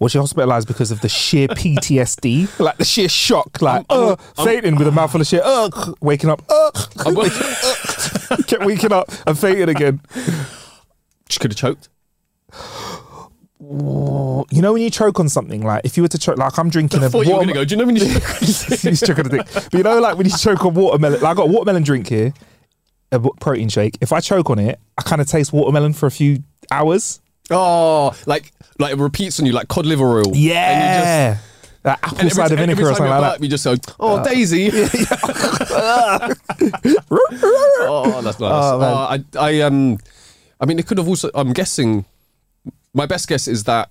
Speaker 1: Was she hospitalized because of the sheer PTSD, like the sheer shock, like
Speaker 2: I'm-
Speaker 1: uh, fainting with a mouthful of shit, uh, waking up, uh, waking, uh, kept waking up and fainting again.
Speaker 2: She could have choked.
Speaker 1: You know when you choke on something, like if you were to choke, like I'm drinking a
Speaker 2: I thought you were
Speaker 1: watermelon.
Speaker 2: gonna go. Do you know when you?
Speaker 1: He's choking a dick. But you know, like when you choke on watermelon, like I got a watermelon drink here, a wa- protein shake. If I choke on it, I kind of taste watermelon for a few hours.
Speaker 2: oh, like like it repeats on you like cod liver oil. And you just-
Speaker 1: Yeah, like apple
Speaker 2: And every,
Speaker 1: cider
Speaker 2: ti- every
Speaker 1: vinegar or
Speaker 2: time
Speaker 1: something
Speaker 2: you
Speaker 1: like
Speaker 2: burp, you just go, oh, Daisy.
Speaker 1: that.
Speaker 2: oh, that's nice. Uh, I, I, um, I mean, it could have also. I'm guessing. My best guess is that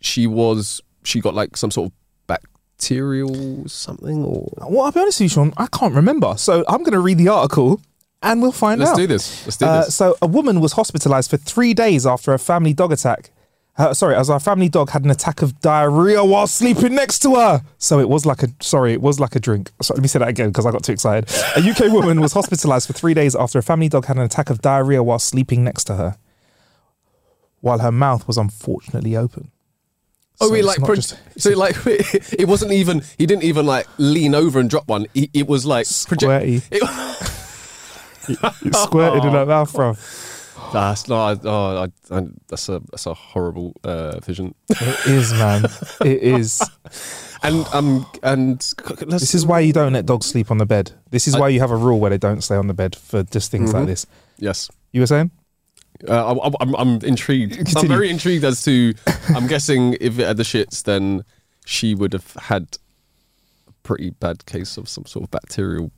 Speaker 2: she was. She got like some sort of bacterial something, or
Speaker 1: well, I'll be honest with you, Sean. I can't remember, so I'm going to read the article and we'll find
Speaker 2: let's
Speaker 1: out.
Speaker 2: do this. Let's do
Speaker 1: Uh,
Speaker 2: this.
Speaker 1: so a woman was hospitalized for three days after a family dog attack. Uh, sorry, as our family dog had an attack of diarrhea while sleeping next to her. So it was like a sorry, it was like a drink. Sorry, let me say that again because I got too excited. A UK woman was hospitalized for three days after a family dog had an attack of diarrhea while sleeping next to her, while her mouth was unfortunately open.
Speaker 2: Oh, we
Speaker 1: it's
Speaker 2: like
Speaker 1: not
Speaker 2: pro-
Speaker 1: just-
Speaker 2: so like it wasn't even he didn't even like lean over and drop one. He, it was like
Speaker 1: Squirty.
Speaker 2: It,
Speaker 1: It squirted in her mouth, bro.
Speaker 2: that's no, I, oh, I, I, that's a that's a horrible uh, vision.
Speaker 1: It is, man. It is.
Speaker 2: And um and let's,
Speaker 1: This is why you don't let dogs sleep on the bed. This is why you have a rule where they don't stay on the bed for just things like this.
Speaker 2: yes.
Speaker 1: You were saying?
Speaker 2: Uh, I, I- I'm, I'm intrigued. I'm
Speaker 1: Continue.
Speaker 2: very intrigued as to. I'm guessing if it had the shits, then she would have had a pretty bad case of some sort of bacterial.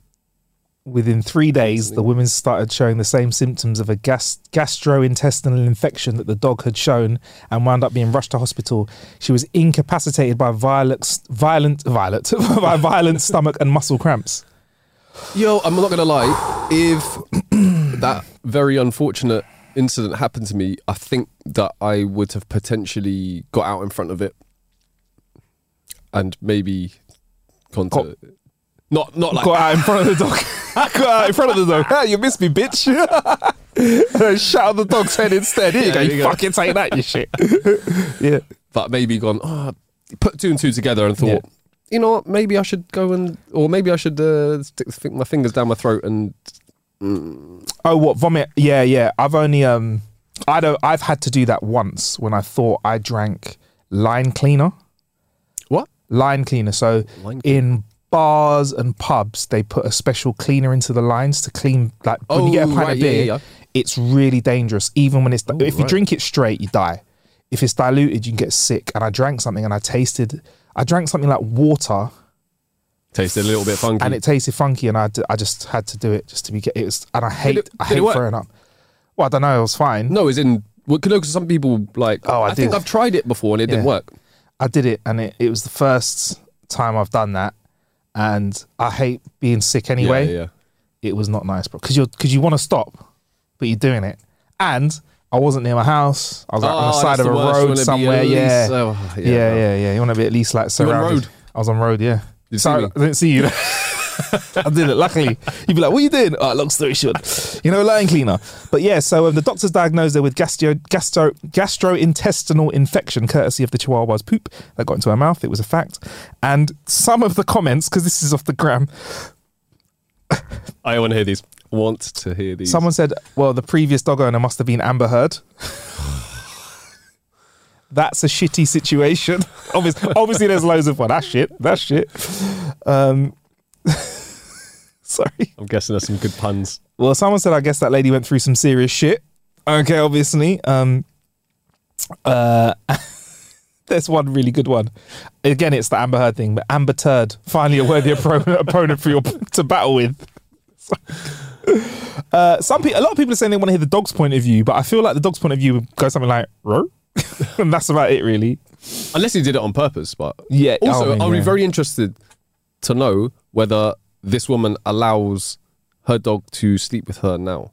Speaker 1: Within three days, the women started showing the same symptoms of a gas- gastrointestinal infection that the dog had shown and wound up being rushed to hospital. She was incapacitated by violent, violent, violent, by violent stomach and muscle cramps.
Speaker 2: Yo, I'm not gonna lie. If that very unfortunate incident happened to me, I think that I would have potentially got out in front of it, and maybe gone to.
Speaker 1: Got-
Speaker 2: not not like
Speaker 1: Got out in front of the dog. Got out in front of the dog. Ah, you missed me, bitch. Shout at the dog's head instead. Here you
Speaker 2: Yeah,
Speaker 1: go.
Speaker 2: there
Speaker 1: You,
Speaker 2: you go.
Speaker 1: fucking take that, you shit. yeah.
Speaker 2: but maybe gone, oh, put two and two together and thought,
Speaker 1: Yeah.
Speaker 2: you know what, maybe I should go and, or maybe I should uh, stick stick my fingers down my throat and
Speaker 1: Oh, what vomit? Yeah, yeah. I've only um, I don't. I've had to do that once when I thought I drank line cleaner.
Speaker 2: what?
Speaker 1: Line cleaner. So
Speaker 2: Line cleaner.
Speaker 1: in bars and pubs, they put a special cleaner into the lines to clean. Like when you get a
Speaker 2: Oh,
Speaker 1: pint
Speaker 2: right,
Speaker 1: of
Speaker 2: yeah,
Speaker 1: beer,
Speaker 2: yeah, yeah.
Speaker 1: it's really dangerous. Even when it's if you
Speaker 2: right.
Speaker 1: drink it straight, you die. If it's diluted, you can get sick. And I drank something, and I tasted. I drank something like water,
Speaker 2: Tasted a little bit funky.
Speaker 1: and it tasted funky, and I, d- I just had to do it just to be get it was, and I hate
Speaker 2: it-
Speaker 1: I
Speaker 2: did it
Speaker 1: hate
Speaker 2: work?
Speaker 1: throwing up. Well, I don't know. It was fine.
Speaker 2: no, as in, well, 'cause some people like,
Speaker 1: Oh, I
Speaker 2: think
Speaker 1: did.
Speaker 2: I've tried it before and it didn't
Speaker 1: Yeah.
Speaker 2: work.
Speaker 1: I did it, and it, it was the first time I've done that, and I hate being sick
Speaker 2: Yeah,
Speaker 1: anyway.
Speaker 2: yeah, yeah.
Speaker 1: It was not nice, bro, because you because you want to stop, but you're doing it, and I wasn't near my house. I was like on the
Speaker 2: Oh,
Speaker 1: side
Speaker 2: that's
Speaker 1: of a
Speaker 2: the worst. You wanna
Speaker 1: road
Speaker 2: be
Speaker 1: somewhere.
Speaker 2: at
Speaker 1: yeah.
Speaker 2: least- oh,
Speaker 1: yeah, yeah, yeah, You want to be at least like
Speaker 2: You on
Speaker 1: surrounded.
Speaker 2: road?
Speaker 1: I was on road. Yeah,
Speaker 2: You see
Speaker 1: Sorry,
Speaker 2: me?
Speaker 1: I didn't see you. I did it. Luckily, you'd be like, "What are you doing?" Oh, long story short, you know, line cleaner. But yeah, so um, the doctors diagnosed her with gastro, gastro, gastrointestinal infection, courtesy of the Chihuahua's poop that got into her mouth. It was a fact. And some of the comments, because this is off the gram,
Speaker 2: I want to hear these. Want to hear these.
Speaker 1: someone said, "Well, the previous dog owner must have been Amber Heard." That's a shitty situation. obviously, obviously, there's loads of one. That's shit. That's shit. Um, sorry.
Speaker 2: I'm guessing there's some good puns.
Speaker 1: Well, someone said, I guess that lady went through some serious shit. Okay, obviously. Um, uh, there's one really good one. Again, it's the Amber Heard thing, but Amber Turd, finally a worthy oppo- opponent for your to battle with. uh, some pe- a lot of people are saying they want to hear the dog's point of view, but I feel like the dog's point of view would go something like "row," and that's about it, really.
Speaker 2: Unless he did it on purpose, but
Speaker 1: Yeah.
Speaker 2: Also,
Speaker 1: I mean,
Speaker 2: I'll be
Speaker 1: yeah.
Speaker 2: very interested to know whether this woman allows her dog to sleep with her now.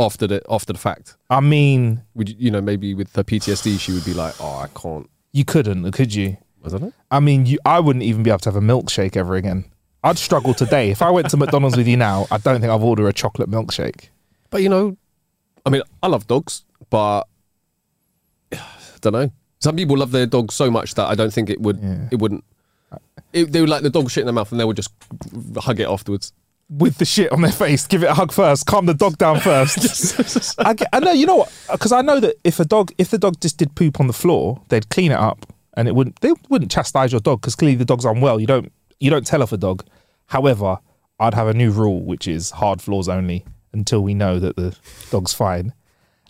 Speaker 2: After the after the fact,
Speaker 1: I mean,
Speaker 2: would you, you know maybe with her PTSD, she would be like, "Oh, I can't."
Speaker 1: you couldn't, could you?
Speaker 2: I don't know.
Speaker 1: I mean, you, I wouldn't even be able to have a milkshake ever again. I'd struggle today. if I went to McDonald's with you now, I don't think I'd order a chocolate milkshake.
Speaker 2: But you know, I mean, I love dogs, but don't know. Some people love their dogs so much that I don't think it would.
Speaker 1: Yeah.
Speaker 2: It wouldn't. It, they would like the dog shit in their mouth, and they would just hug it afterwards.
Speaker 1: With the shit on their face, give it a hug first, calm the dog down first. I, get- I know, you know what? Because I know that if a dog, if the dog just did poop on the floor, they'd clean it up, and it wouldn't. They wouldn't chastise your dog because clearly the dog's unwell. You don't, you don't tell off a dog. However, I'd have a new rule, which is hard floors only until we know that the dog's fine.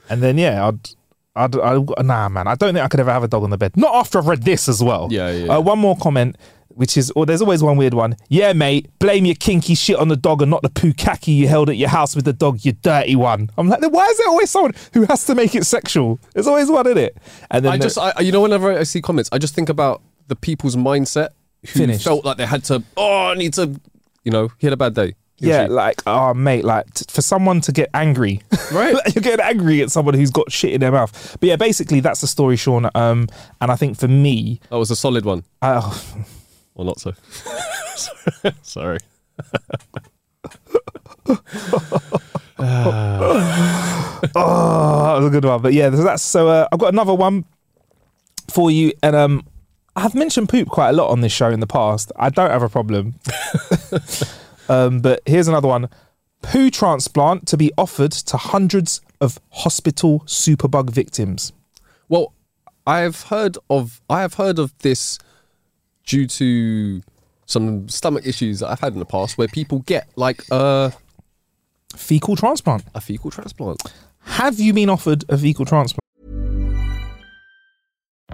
Speaker 1: And then yeah, I'd, I'd, I nah, man, I don't think I could ever have a dog on the bed. Not after I've read this as well.
Speaker 2: Yeah, yeah.
Speaker 1: Uh, one more comment, which is, or there's always one weird one. Yeah, mate, blame your kinky shit on the dog and not the pukaki you held at your house with the dog. You dirty one. I'm like, then why is there always someone who has to make it sexual? There's always one in it. And then
Speaker 2: I
Speaker 1: the-
Speaker 2: just, I, you know, whenever I see comments, I just think about the people's mindset who
Speaker 1: Finished.
Speaker 2: felt like they had to. Oh, I need to. You know, he had a bad day. He or
Speaker 1: yeah,
Speaker 2: she.
Speaker 1: like, oh, mate, like t- for someone to get angry,
Speaker 2: Right.
Speaker 1: Like, You're getting angry at someone who's got shit in their mouth. But yeah, basically that's the story, Sean. Um, and I think for me,
Speaker 2: that was a solid one,
Speaker 1: uh,
Speaker 2: or not so. Sorry.
Speaker 1: Oh, that was a good one. But yeah, so that's so. Uh, I've got another one for you, and um, I've mentioned poop quite a lot on this show in the past. I don't have a problem. um, but here's another one: poo transplant to be offered to hundreds of hospital superbug victims.
Speaker 2: Well, I have heard of I have heard of this due to some stomach issues that I've had in the past, where people get like uh,
Speaker 1: Fecal transplant.
Speaker 2: a fecal transplant.
Speaker 1: Have you been offered a fecal transplant?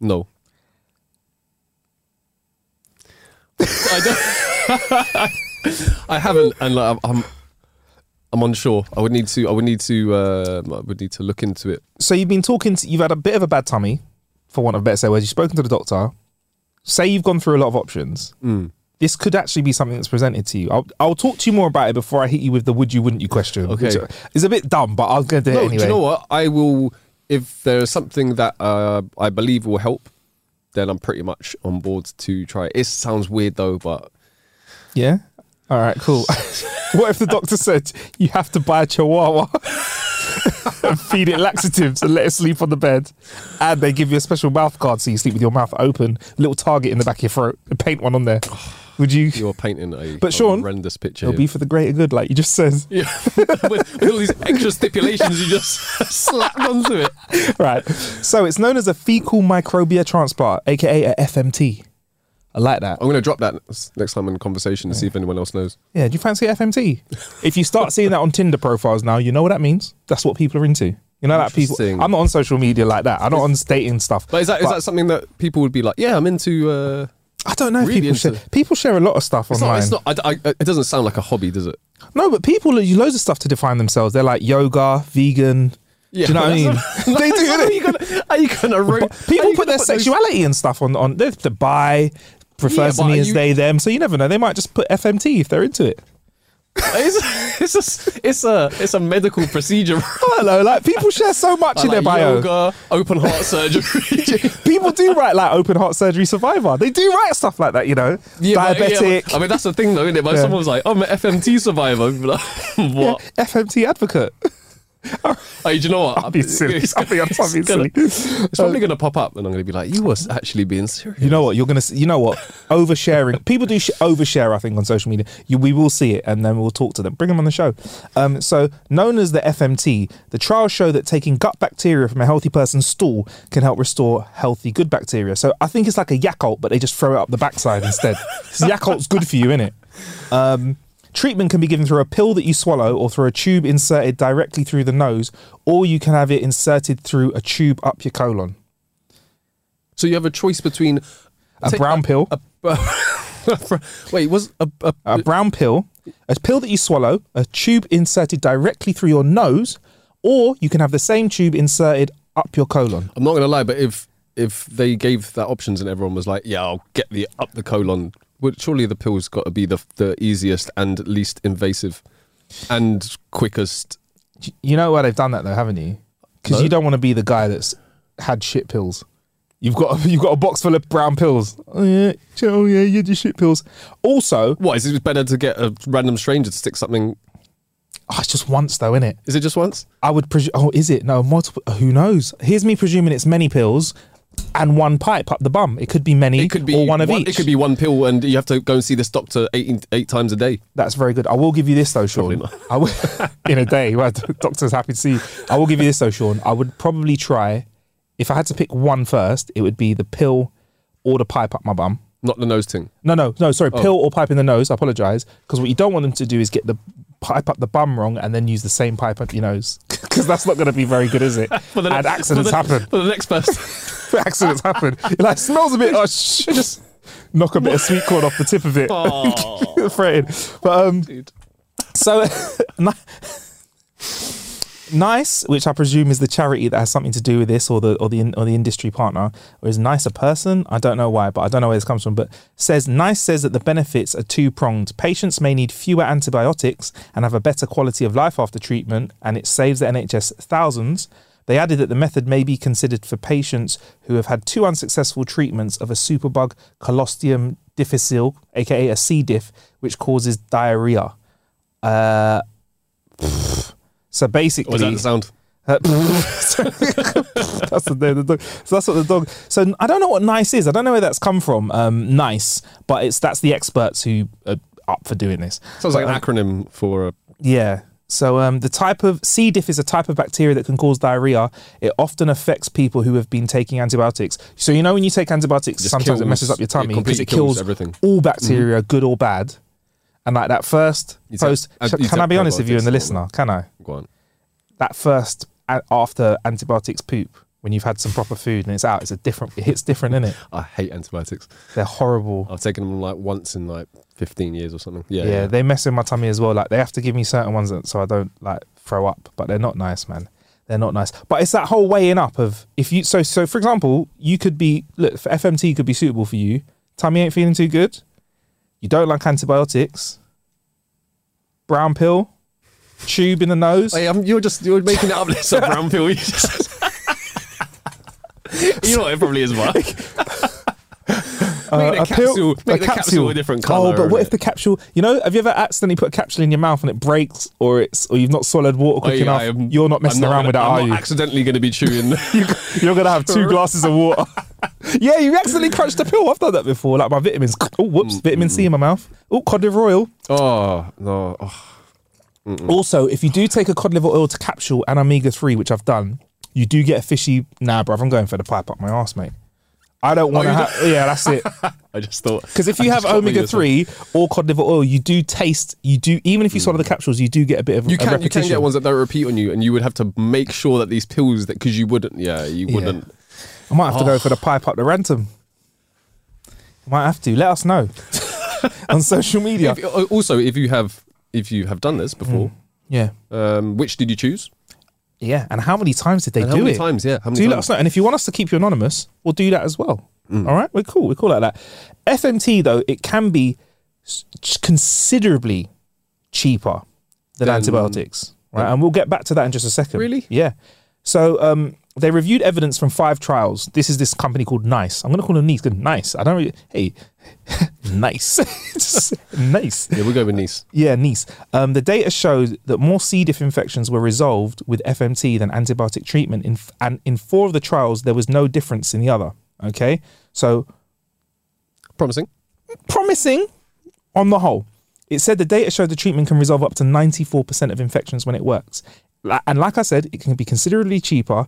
Speaker 2: No. I don't. I haven't, and like, I'm, I'm, I'm unsure. I would need to. I would need to. Uh, I would need to look into it.
Speaker 1: So you've been talking. To, you've had a bit of a bad tummy, for want of a better say words. You've spoken to the doctor. say you've gone through a lot of options.
Speaker 2: Hmm.
Speaker 1: This could actually be something that's presented to you. I'll, I'll talk to you more about it before I hit you with the would you, wouldn't you question.
Speaker 2: Okay.
Speaker 1: which is a bit dumb, but I was going to do it
Speaker 2: No,
Speaker 1: anyway.
Speaker 2: do you know what? I will. If there's something that uh, I believe will help, then I'm pretty much on board to try. It It sounds weird though, but
Speaker 1: Yeah. All right, cool. what if the doctor said you have to buy a chihuahua and feed it laxatives and let it sleep on the bed? And they give you a special mouth guard so you sleep with your mouth open, little target in the back of your throat, and paint one on there. Would you?
Speaker 2: you're painting a
Speaker 1: But
Speaker 2: a
Speaker 1: Sean,
Speaker 2: horrendous picture.
Speaker 1: It'll
Speaker 2: here.
Speaker 1: be for the greater good, like you just said.
Speaker 2: yeah, with, with all these extra stipulations you just slapped onto it.
Speaker 1: right. So it's known as a fecal microbia transplant, aka a FMT. I like that.
Speaker 2: I'm gonna drop that s- next time in conversation to see if anyone else knows.
Speaker 1: Yeah, do you fancy FMT? if you start seeing that on Tinder profiles now, you know what that means. That's what people are into. You know that people.
Speaker 2: Interesting.
Speaker 1: I'm not on social media like that. I'm not on dating stuff.
Speaker 2: But is that is that something that people would be like? Yeah, I'm into. Uh,
Speaker 1: I don't know. If
Speaker 2: really
Speaker 1: people share,
Speaker 2: into-
Speaker 1: people share a lot of stuff
Speaker 2: it's
Speaker 1: online.
Speaker 2: not. It's not. I, I- it doesn't sound like a hobby, does it?
Speaker 1: No, but people use loads of stuff to define themselves. They're like yoga, vegan.
Speaker 2: Yeah,
Speaker 1: do you know what I mean?
Speaker 2: that's
Speaker 1: they do.
Speaker 2: How
Speaker 1: innit?
Speaker 2: are you gonna? Are you gonna ro-
Speaker 1: But
Speaker 2: how are
Speaker 1: people put
Speaker 2: you gonna
Speaker 1: their
Speaker 2: those-
Speaker 1: sexuality and stuff on on the, the bi prefers to
Speaker 2: Yeah, but
Speaker 1: me
Speaker 2: are
Speaker 1: as
Speaker 2: you-
Speaker 1: they them. So you never know. They might just put FMT if they're into it.
Speaker 2: It's, it's, just, it's a it's a medical procedure.
Speaker 1: I don't know. Oh, Like people share so much in their
Speaker 2: like
Speaker 1: bio.
Speaker 2: yoga, open heart surgery.
Speaker 1: People do write like open heart surgery survivor. They do write stuff like that, you know.
Speaker 2: but-
Speaker 1: Diabetic.
Speaker 2: but- I mean, that's the thing, though, isn't it? When
Speaker 1: Yeah.
Speaker 2: someone was like, "I'm an FMT survivor," I'd be like, "What?
Speaker 1: Yeah, FMT advocate.
Speaker 2: Hey, do you know what?
Speaker 1: I'll be silly. I'll be- I'm
Speaker 2: it's
Speaker 1: probably
Speaker 2: gonna-
Speaker 1: silly. Um,
Speaker 2: It's probably going to pop up, and I'm going to be like, "You were actually being serious."
Speaker 1: You know what? You're gonna. See, you know what? Oversharing. People do sh- overshare. I think on social media, you, we will see it, and then we'll talk to them. Bring them on the show. Um, so, known as the FMT, the trials show that taking gut bacteria from a healthy person's stool can help restore healthy good bacteria. So, I think it's like a Yakult, but they just throw it up the backside instead. 'Cause Yakult's good for you, innit? Um, treatment can be given through a pill that you swallow, or through a tube inserted directly through the nose, or you can have it inserted through a tube up your colon.
Speaker 2: So you have a choice between
Speaker 1: A
Speaker 2: Take-
Speaker 1: brown pill.
Speaker 2: a, wait, was a, a,
Speaker 1: a brown pill, a pill that you swallow, a tube inserted directly through your nose, or you can have the same tube inserted up your colon.
Speaker 2: I'm not going to lie, but if if they gave that options and everyone was like, "Yeah, I'll get the up the colon," would surely the pill's got to be the the easiest and least invasive and quickest.
Speaker 1: Y- You know why they've done that though, haven't you? Because
Speaker 2: No.
Speaker 1: you don't want to be the guy that's had shit pills. You've got you've got a box full of brown pills. Oh yeah, oh yeah, you do shit pills. Also,
Speaker 2: What is it better to get a random stranger to stick something?
Speaker 1: oh, it's just once though, isn't it?
Speaker 2: Is it just once?
Speaker 1: I would presume. Oh, is it? No, multiple. Who knows? Here's me presuming it's many pills and one pipe up the bum. It could be many.
Speaker 2: It could be
Speaker 1: or one of each.
Speaker 2: It could be one pill, and you have to go and see this doctor eight eight times a day.
Speaker 1: That's very good. I will give you this though, Sean.
Speaker 2: Probably
Speaker 1: I will, in a day, well, the doctor's happy to see you. I will give you this though, Sean. I would probably try, if I had to pick one first, it would be the pill or the pipe up my bum.
Speaker 2: Not the nose thing.
Speaker 1: No, no, no, sorry, pill or pipe in the nose. I apologize. Because what you don't want them to do is get the pipe up the bum wrong and then use the same pipe up your nose. Because that's not going to be very good, is it? and accidents
Speaker 2: for the,
Speaker 1: happen.
Speaker 2: For the next person.
Speaker 1: accidents happen. It like smells a bit. Oh, sh- just knock a bit of sweet corn off the tip of it. Fretting. But um, so ni- nice, which I presume is the charity that has something to do with this, or the or the in- or the industry partner, or is nice a person? I don't know why, but I don't know where this comes from. But says nice says that the benefits are two pronged. Patients may need fewer antibiotics and have a better quality of life after treatment, and it saves the NHS thousands. They added that the method may be considered for patients who have had two unsuccessful treatments of a superbug Colostium difficile, aka a C. diff, which causes diarrhea. Uh, so basically,
Speaker 2: What was that the sound?
Speaker 1: uh, that's the name of the dog. So that's what the dog. So I don't know what nice is. I don't know where that's come from. Um, nice, but it's that's the experts who are up for doing this.
Speaker 2: Sounds like
Speaker 1: But,
Speaker 2: an
Speaker 1: um,
Speaker 2: acronym for a.
Speaker 1: yeah. So um, the type of C. diff is a type of bacteria that can cause diarrhea. It often affects people who have been taking antibiotics. So you know when you take antibiotics,
Speaker 2: Just
Speaker 1: sometimes it
Speaker 2: kills-
Speaker 1: messes up your
Speaker 2: it
Speaker 1: tummy because
Speaker 2: completely
Speaker 1: it kills,
Speaker 2: kills everything. Mm-hmm.
Speaker 1: all bacteria, good or bad. And like that first
Speaker 2: You take-
Speaker 1: post,
Speaker 2: uh,
Speaker 1: Sh-
Speaker 2: you
Speaker 1: can
Speaker 2: take
Speaker 1: I be honest with you and the
Speaker 2: antibiotics
Speaker 1: listener?
Speaker 2: normally.
Speaker 1: Can I?
Speaker 2: Go on.
Speaker 1: that first a- after antibiotics poop when you've had some proper food and it's out it's a different it hits different in it
Speaker 2: I hate antibiotics.
Speaker 1: they're horrible
Speaker 2: I've taken them like once in like 15 years or something. Oh, Yeah.
Speaker 1: yeah, they mess with my tummy as well like they have to give me certain ones that, so i don't like throw up but they're not nice man they're not nice but it's that whole weighing up of if you so so for example you could be look for fmt could be suitable for you tummy ain't feeling too good, you don't like antibiotics, brown pill, tube in the nose.
Speaker 2: Hey, I'm, you're just you're making it up this up round feel. You just- You know what it probably is, Mark. Make the
Speaker 1: Uh, a pill-
Speaker 2: capsule, make the
Speaker 1: a
Speaker 2: capsule,
Speaker 1: capsule.
Speaker 2: Uh, a different color.
Speaker 1: Oh, but what if the capsule? You know, have you ever accidentally put a capsule in your mouth and it breaks, or it's or you've not swallowed water quick enough? You're not messing around with that,
Speaker 2: I'm
Speaker 1: are
Speaker 2: not
Speaker 1: you?
Speaker 2: accidentally going to be chewing.
Speaker 1: You're gonna have two glasses of water. yeah, you accidentally crunched a pill. I've done that before. Like my vitamins. Oh,
Speaker 2: Mm,
Speaker 1: whoops, vitamin C in my mouth. Oh, cod liver oil.
Speaker 2: oh no! Oh,
Speaker 1: Also, if you do take a cod liver oil to capsule and omega three, which I've done, you do get a fishy. Nah, bruv, I'm going for the pipe up my ass, mate. I don't want to.
Speaker 2: Oh, you
Speaker 1: have yeah, that's it.
Speaker 2: I just thought
Speaker 1: Because if
Speaker 2: I
Speaker 1: you
Speaker 2: just
Speaker 1: have
Speaker 2: got me
Speaker 1: omega
Speaker 2: this one.
Speaker 1: three or cod liver oil, you do taste. You do even if you
Speaker 2: Mm.
Speaker 1: swallow the capsules, you do get a bit of
Speaker 2: you
Speaker 1: a
Speaker 2: can you
Speaker 1: repetition.
Speaker 2: can get ones that don't repeat on you, and you would have to make sure that these pills that because you wouldn't, yeah, you
Speaker 1: Yeah.
Speaker 2: wouldn't.
Speaker 1: I might have to go for the
Speaker 2: Ah.
Speaker 1: pipe up the rantum. Might have to. Let us know on social media.
Speaker 2: If- al- also, if you have if you have done this before,
Speaker 1: Yeah,
Speaker 2: um, which did you choose?
Speaker 1: yeah. And how many times did they
Speaker 2: And
Speaker 1: do
Speaker 2: how many
Speaker 1: it?
Speaker 2: times? Yeah, how many
Speaker 1: do let
Speaker 2: times? Mm.
Speaker 1: us know. And if you want us to keep you anonymous, we'll do that as well. All right, we're cool. We're cool like that. FMT though, it can be s- considerably cheaper than
Speaker 2: Then-
Speaker 1: antibiotics, right? And we'll get back to that in just a second.
Speaker 2: Really?
Speaker 1: Yeah. So um, they reviewed evidence from five trials. This is this company called Nice. I'm going to call them Nice. 'cause Nice. I don't really. Hey, Nice. Just nice.
Speaker 2: Yeah, we go with Nice.
Speaker 1: Yeah, Nice. Um, the data showed that more C. diff infections were resolved with FMT than antibiotic treatment, in f- and in four of the trials, there was no difference in the other. Okay, so
Speaker 2: Promising.
Speaker 1: promising on the whole. It said the data showed the treatment can resolve up to 94% of infections when it works. Li- And like I said, it can be considerably cheaper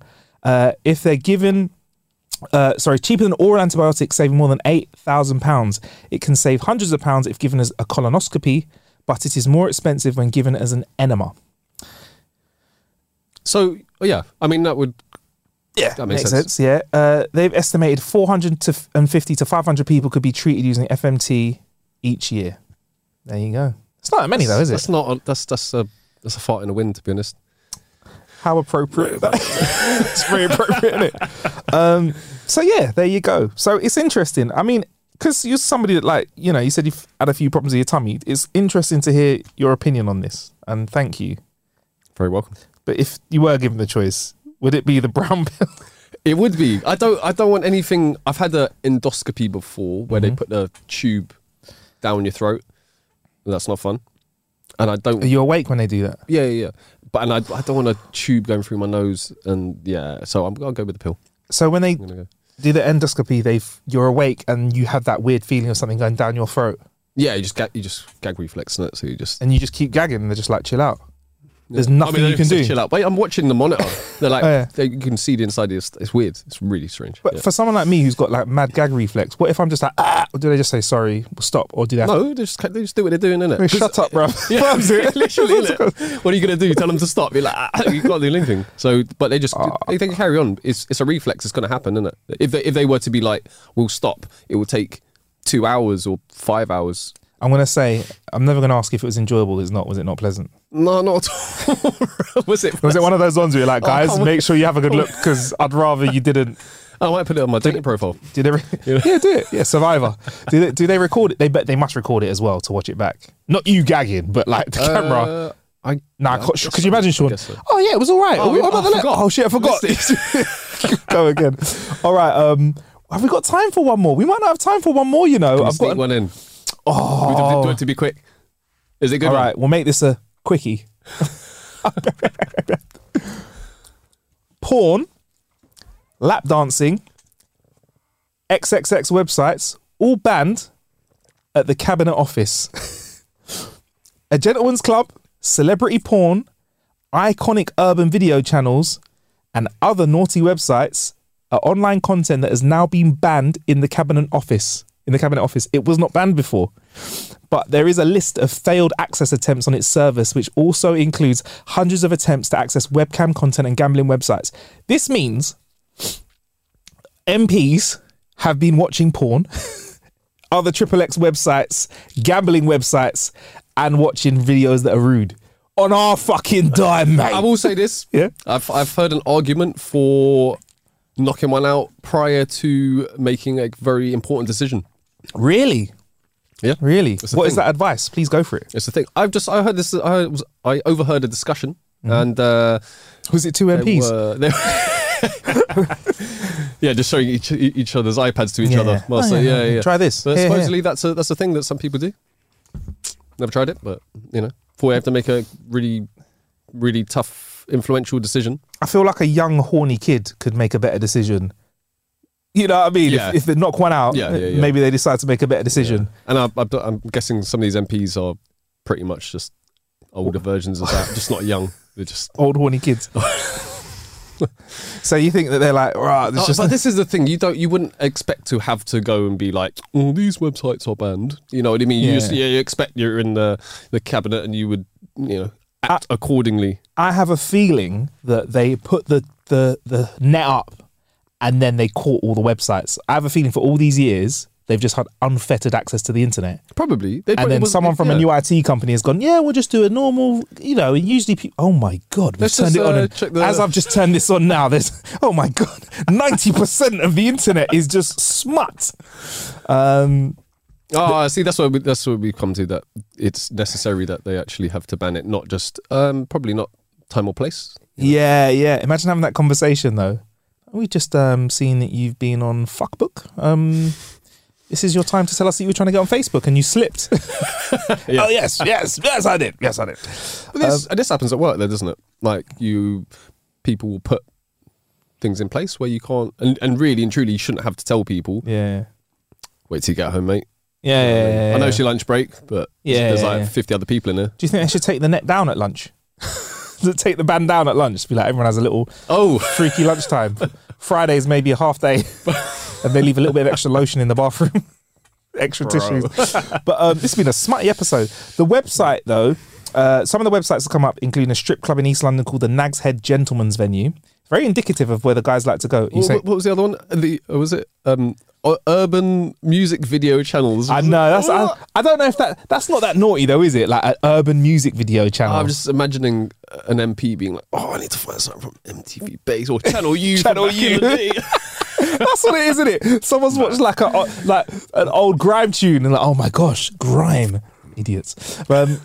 Speaker 1: uh, if they're given, uh, sorry, cheaper than oral antibiotics, saving more than £8,000. It can save hundreds of pounds if given as a colonoscopy, but it is more expensive when given as an enema.
Speaker 2: So oh, yeah, I mean that would
Speaker 1: Yeah,
Speaker 2: That makes sense.
Speaker 1: Yeah, uh, they've estimated 450 to 500 people could be treated using FMT each year. There you go. It's not that many, though, is it?
Speaker 2: that's not a, that's that's a that's a fart in the wind to be honest.
Speaker 1: How appropriate. it's very appropriate, isn't it? Um, so yeah, there you go. So it's interesting. I mean, because you're somebody that like, you know, you said you've had a few problems with your tummy. It's interesting to hear your opinion on this and thank you.
Speaker 2: Very welcome.
Speaker 1: But if you were given the choice, would it be the brown pill?
Speaker 2: It would be. I don't. I don't want anything. I've had an endoscopy before where
Speaker 1: Hmm.
Speaker 2: they put the tube down your throat. That's not fun. And I don't.
Speaker 1: Are you awake when they do that?
Speaker 2: yeah, yeah, yeah. But and I, I don't want a tube going through my nose. And yeah, so I'm gonna go with the pill.
Speaker 1: So when they
Speaker 2: I'm gonna go.
Speaker 1: do the endoscopy, they've you're awake and you have that weird feeling of something going down your throat
Speaker 2: Yeah, you just gag, you just gag reflex, and so you just.
Speaker 1: and you just keep gagging and they're just like, chill out. There's
Speaker 2: Yeah. I
Speaker 1: nothing
Speaker 2: mean, they
Speaker 1: you can
Speaker 2: say
Speaker 1: do.
Speaker 2: Chill out. Wait, I'm watching the monitor. They're like,
Speaker 1: Oh, yeah.
Speaker 2: they, you can see the inside. It's, it's weird. It's really strange.
Speaker 1: But
Speaker 2: Yeah.
Speaker 1: for someone like me who's got like mad gag reflex, what if I'm just like, ah, or do they just say sorry, we'll stop, or do they have
Speaker 2: no, they just, they just do what they're doing, innit?
Speaker 1: Hey,
Speaker 2: 'Cause-
Speaker 1: shut up, bro.
Speaker 2: Yeah, literally. innit? What are you going to do? Tell them to stop. You're like, ah, you can't do anything. So, but they just
Speaker 1: Ah.
Speaker 2: they, they carry on. It's it's a reflex. It's going to happen, isn't it? If they if they were to be like, we'll stop. It will take two hours or five hours.
Speaker 1: I'm gonna say I'm never gonna ask if it was enjoyable. It's not. Was it not pleasant?
Speaker 2: No, not at all. Was it?
Speaker 1: Was it one of those ones where you're like,
Speaker 2: I
Speaker 1: guys,
Speaker 2: can't
Speaker 1: make sure you have a good look because I'd rather you didn't.
Speaker 2: I might put it on my dating profile.
Speaker 1: Did they? yeah, do it. Yeah, Survivor. Do they, do they record it? They bet they must record it as well to watch it back. Not you gagging, but like the camera.
Speaker 2: Uh, I
Speaker 1: Nah,
Speaker 2: I
Speaker 1: could
Speaker 2: guess
Speaker 1: could you imagine,
Speaker 2: so.
Speaker 1: Sean?
Speaker 2: I guess so.
Speaker 1: Oh yeah, it was all right.
Speaker 2: Oh,
Speaker 1: Oh,
Speaker 2: yeah,
Speaker 1: about
Speaker 2: I
Speaker 1: the le-
Speaker 2: forgot.
Speaker 1: oh shit, I forgot.
Speaker 2: Listen.
Speaker 1: Go again. All right. Um, have we got time for one more? We might not have time for one more. You know,
Speaker 2: Can you
Speaker 1: I've
Speaker 2: sneak
Speaker 1: got.
Speaker 2: one in. Do we have to- do
Speaker 1: Oh,
Speaker 2: we have to be quick. Is it good?
Speaker 1: all
Speaker 2: one?
Speaker 1: right. We'll make this a quickie. Porn, lap dancing, XXX websites, all banned at the cabinet office. a gentleman's club, celebrity porn, iconic urban video channels, and other naughty websites are online content that has now been banned in the cabinet office. In the cabinet office, it was not banned before, but there is a list of failed access attempts on its service, which also includes hundreds of attempts to access webcam content and gambling websites. This means MPs have been watching porn, other triple X websites, gambling websites, and watching videos that are rude on our fucking dime, mate.
Speaker 2: I will say this.
Speaker 1: Yeah.
Speaker 2: I've I've heard an argument for knocking one out prior to making a very important decision.
Speaker 1: Really?
Speaker 2: Yeah.
Speaker 1: Really?
Speaker 2: It's the
Speaker 1: What is
Speaker 2: thing.
Speaker 1: that advice? Please go for it.
Speaker 2: It's the thing. I've just I heard this. I was, I overheard a discussion,
Speaker 1: Mm-hmm.
Speaker 2: and uh,
Speaker 1: Was it two
Speaker 2: they
Speaker 1: MPs?
Speaker 2: were- they were- yeah, just showing each each other's iPads to each
Speaker 1: Yeah.
Speaker 2: other. Well,
Speaker 1: Oh,
Speaker 2: so,
Speaker 1: yeah,
Speaker 2: yeah,
Speaker 1: yeah.
Speaker 2: yeah,
Speaker 1: Try this.
Speaker 2: But
Speaker 1: Here, here.
Speaker 2: supposedly that's a that's a thing that some people do. Never tried it, but you know, before you have to make a really, really tough, influential decision.
Speaker 1: I feel like a young, horny kid could make a better decision. You know what I mean?
Speaker 2: Yeah.
Speaker 1: If, if they knock one out,
Speaker 2: Yeah, yeah, yeah.
Speaker 1: maybe they decide to make a better decision.
Speaker 2: And I, I, I'm guessing some of these MPs are pretty much just older versions of that, just not young. They're just.
Speaker 1: Old, horny kids. so you think that they're like, right, this
Speaker 2: Oh,
Speaker 1: just.
Speaker 2: but this is the thing you don't you wouldn't expect to have to go and be like oh these websites are banned you know what I mean you
Speaker 1: Yeah.
Speaker 2: just yeah you expect you're in the the cabinet and you would you know act accordingly
Speaker 1: I have a feeling that they put the, the, the net up and then they caught all the websites. I have a feeling for all these years, they've just had unfettered access to the internet.
Speaker 2: probably They
Speaker 1: and
Speaker 2: probably
Speaker 1: then
Speaker 2: was-
Speaker 1: someone from
Speaker 2: yeah.
Speaker 1: a new IT company has gone, yeah, we'll just do a normal, you know, and usually people, oh my God, we've
Speaker 2: Let's
Speaker 1: turned
Speaker 2: just,
Speaker 1: it on.
Speaker 2: uh,
Speaker 1: and-
Speaker 2: check the-
Speaker 1: As I've just turned this on now, there's, oh my God, 90% of the internet is just smut. Um,
Speaker 2: oh I see that's what we, that's what we come to that it's necessary that they actually have to ban it not just um probably not time or place
Speaker 1: yeah, yeah. Imagine having that conversation though. We just um, seen that you've been on Fuckbook. Um, this is your time to tell us that you were trying to get on Facebook and you slipped. Oh, yes, yes, yes, I did. Yes, I did.
Speaker 2: But this,
Speaker 1: Um,
Speaker 2: this happens at work, though, doesn't it? Like you, people will put things in place where you can't, and, and really and truly, you shouldn't have to tell people.
Speaker 1: Yeah.
Speaker 2: Wait till you get home, mate.
Speaker 1: Yeah, yeah, yeah, yeah.
Speaker 2: I know it's your lunch break, but
Speaker 1: Yeah,
Speaker 2: there's
Speaker 1: yeah,
Speaker 2: like
Speaker 1: yeah.
Speaker 2: 50 other people in there.
Speaker 1: Do you think they should take the net down at lunch? take the band down at lunch. Just be like, everyone has a little
Speaker 2: Oh,
Speaker 1: freaky lunchtime. Fridays maybe a half day, and they leave a little bit of extra lotion in the bathroom, extra tissues. But um, this has been a smutty episode. The website though, uh, some of the websites that come up, including a strip club in East London called the Nag's Head Gentleman's Venue. Very indicative of where the guys like to go. You
Speaker 2: what,
Speaker 1: say,
Speaker 2: what was the other one? The uh, was it um, uh, urban music video channels?
Speaker 1: I know that's. I, I don't know if that that's not that naughty though, is it? Like an urban music video channel.
Speaker 2: I'm just imagining uh, an MP being like, "Oh, I need to find something from MTV Base or Channel U." from
Speaker 1: Channel
Speaker 2: back in
Speaker 1: U.
Speaker 2: the day."
Speaker 1: That's what it is, isn't it? Someone's watched like a like an old grime tune and like, oh my gosh, grime, idiots. Um,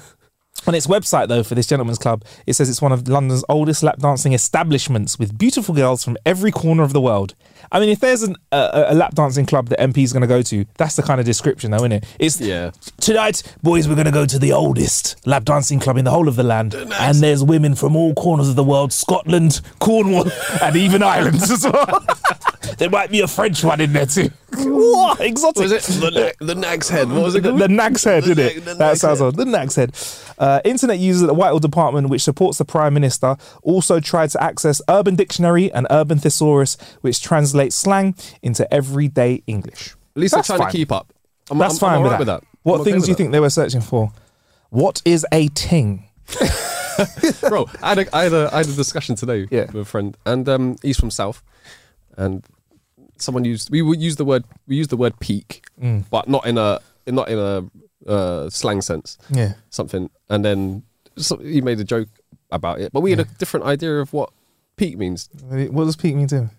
Speaker 1: on its website though, for this gentleman's club, it says it's one of London's oldest lap dancing establishments with beautiful girls from every corner of the world. I mean, if there's an, a, a lap dancing club that MP's going to go to, that's the kind of description, though, isn't it? It's
Speaker 2: Yeah.
Speaker 1: tonight, boys. We're going to go to the oldest lap dancing club in the whole of the land, and there's women from all corners of the world: Scotland, Cornwall, and even Ireland as well. there might be a French one in there too. Whoa, exotic.
Speaker 2: was it the, Na- the Nag's Head? What was it
Speaker 1: The,
Speaker 2: called?
Speaker 1: the Nag's Head,
Speaker 2: The
Speaker 1: did
Speaker 2: Nag-
Speaker 1: it?
Speaker 2: the
Speaker 1: That
Speaker 2: Nag's
Speaker 1: sounds
Speaker 2: Head.
Speaker 1: odd. The Nag's Head. Uh, internet users at the Whitehall Department, which supports the Prime Minister, also tried to access Urban Dictionary and Urban Thesaurus, which translates slang into everyday English.
Speaker 2: At least they're
Speaker 1: That's
Speaker 2: trying
Speaker 1: fine.
Speaker 2: to keep up. I'm,
Speaker 1: That's
Speaker 2: I'm- I'm
Speaker 1: fine
Speaker 2: all
Speaker 1: with,
Speaker 2: right
Speaker 1: that. What
Speaker 2: I'm okay
Speaker 1: things
Speaker 2: with
Speaker 1: do you
Speaker 2: that.
Speaker 1: think they were searching for? What is a ting?
Speaker 2: bro. I had, a, I, had a, I had a discussion today
Speaker 1: Yeah.
Speaker 2: with a friend, and um, he's from South, and someone used we would use the word we use the word peak,
Speaker 1: Mm.
Speaker 2: but not in a not in a uh, slang sense.
Speaker 1: Yeah.
Speaker 2: something, and then so he made a joke about it, but we had a different idea of what peak means.
Speaker 1: What does peak mean to him?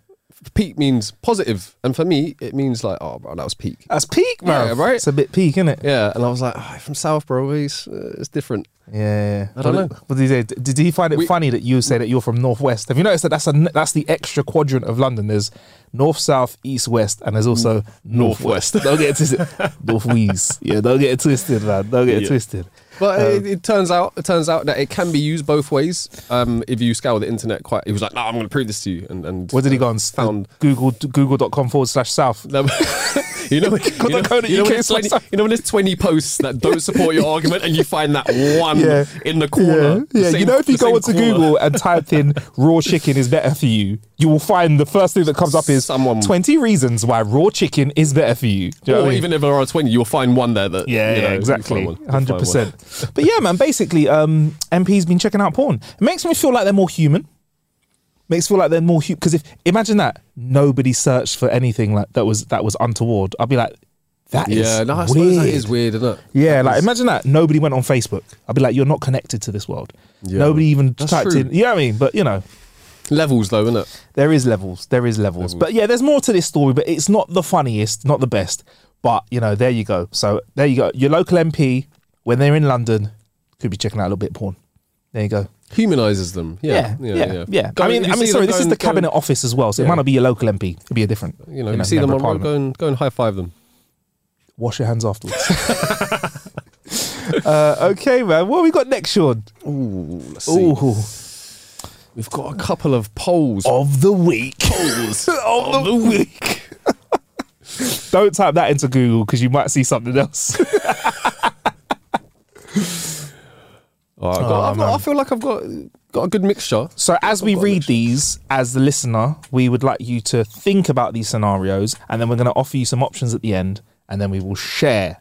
Speaker 2: Peak means positive, and for me, it means like oh, bro, that was peak.
Speaker 1: That's peak, man.
Speaker 2: Yeah, right?
Speaker 1: It's a bit peak, isn't it?
Speaker 2: Yeah, and I was like, oh, from South, bro. It's, uh, it's different.
Speaker 1: Yeah. yeah.
Speaker 2: I don't
Speaker 1: What
Speaker 2: know.
Speaker 1: did- What did he say? D- Did he find it
Speaker 2: We-
Speaker 1: funny that you say that you're from Northwest? Have you noticed that that's a n- that's the extra quadrant of London? There's North, South, East, West, and there's also Northwest. don't get it twisted. Northwest. Yeah, don't get it twisted, man. Don't get it twisted.
Speaker 2: But
Speaker 1: Um,
Speaker 2: it, it turns out it turns out that it can be used both ways. Um, if you scour the internet, quite he was like, "No, I'm going to prove this to you." And, and
Speaker 1: Where did he go on?
Speaker 2: Found-
Speaker 1: Google Google.com forward slash South.
Speaker 2: No, you know, you know,
Speaker 1: code
Speaker 2: you know
Speaker 1: UK
Speaker 2: when there's
Speaker 1: slash
Speaker 2: 20,
Speaker 1: something.
Speaker 2: you know when there's 20 posts that don't support your argument, and you find that one
Speaker 1: Yeah.
Speaker 2: in the corner. the
Speaker 1: Yeah, yeah. you
Speaker 2: same-
Speaker 1: know, if you
Speaker 2: the
Speaker 1: go
Speaker 2: same
Speaker 1: onto
Speaker 2: corner.
Speaker 1: Google and type in "raw chicken is better for you," you will find the first thing that comes up is
Speaker 2: Someone-
Speaker 1: twenty reasons why raw chicken is better for you. Do you know what
Speaker 2: or
Speaker 1: I mean?
Speaker 2: even if there are 20, you'll find one there that
Speaker 1: Yeah,
Speaker 2: you know,
Speaker 1: yeah,
Speaker 2: you'll
Speaker 1: exactly.
Speaker 2: find one, you'll find
Speaker 1: Hundred
Speaker 2: one.
Speaker 1: percent. But yeah, man, basically, um, MP's been checking out porn. It makes me feel like they're more human. Makes me feel like they're more human. Because if imagine that nobody searched for anything like that was that was untoward, I'd be like, that is
Speaker 2: Yeah, no, I suppose
Speaker 1: weird.
Speaker 2: that is weird, isn't it?
Speaker 1: Yeah,
Speaker 2: That
Speaker 1: like
Speaker 2: is-
Speaker 1: imagine that nobody went on Facebook. I'd be like, you're not connected to this world.
Speaker 2: Yeah.
Speaker 1: nobody even
Speaker 2: That's
Speaker 1: typed
Speaker 2: true.
Speaker 1: in. You know what I mean? But you know,
Speaker 2: levels though, isn't it?
Speaker 1: there is levels. There is levels. But yeah, there's more to this story, but it's not the funniest, not the best. But you know, there you go. So there you go. Your local MP when they're in London could be checking out a little bit of porn. There you go.
Speaker 2: Humanizes them. Yeah.
Speaker 1: yeah, yeah.
Speaker 2: Go-
Speaker 1: I mean,
Speaker 2: if you
Speaker 1: I mean,
Speaker 2: see
Speaker 1: sorry,
Speaker 2: them
Speaker 1: this is
Speaker 2: going-
Speaker 1: the cabinet
Speaker 2: going-
Speaker 1: office as well, so it
Speaker 2: Yeah.
Speaker 1: might not be your local MP. It'd be a different.
Speaker 2: You know, you see them
Speaker 1: member of
Speaker 2: on road,
Speaker 1: parliament.
Speaker 2: go and, go and high five them.
Speaker 1: Wash your hands afterwards. uh, okay, man. What have we got next, Sean?
Speaker 2: Ooh, let's see.
Speaker 1: Ooh,
Speaker 2: We've got a couple of polls.
Speaker 1: of the week. of, the, week. Don't type that into Google because you might see something else.
Speaker 2: Oh, I've got- I've got- I feel like I've got got a good mixture.
Speaker 1: So as we read these, as the listener, we would like you to think about these scenarios, and then we're going to offer you some options at the end, and then we will share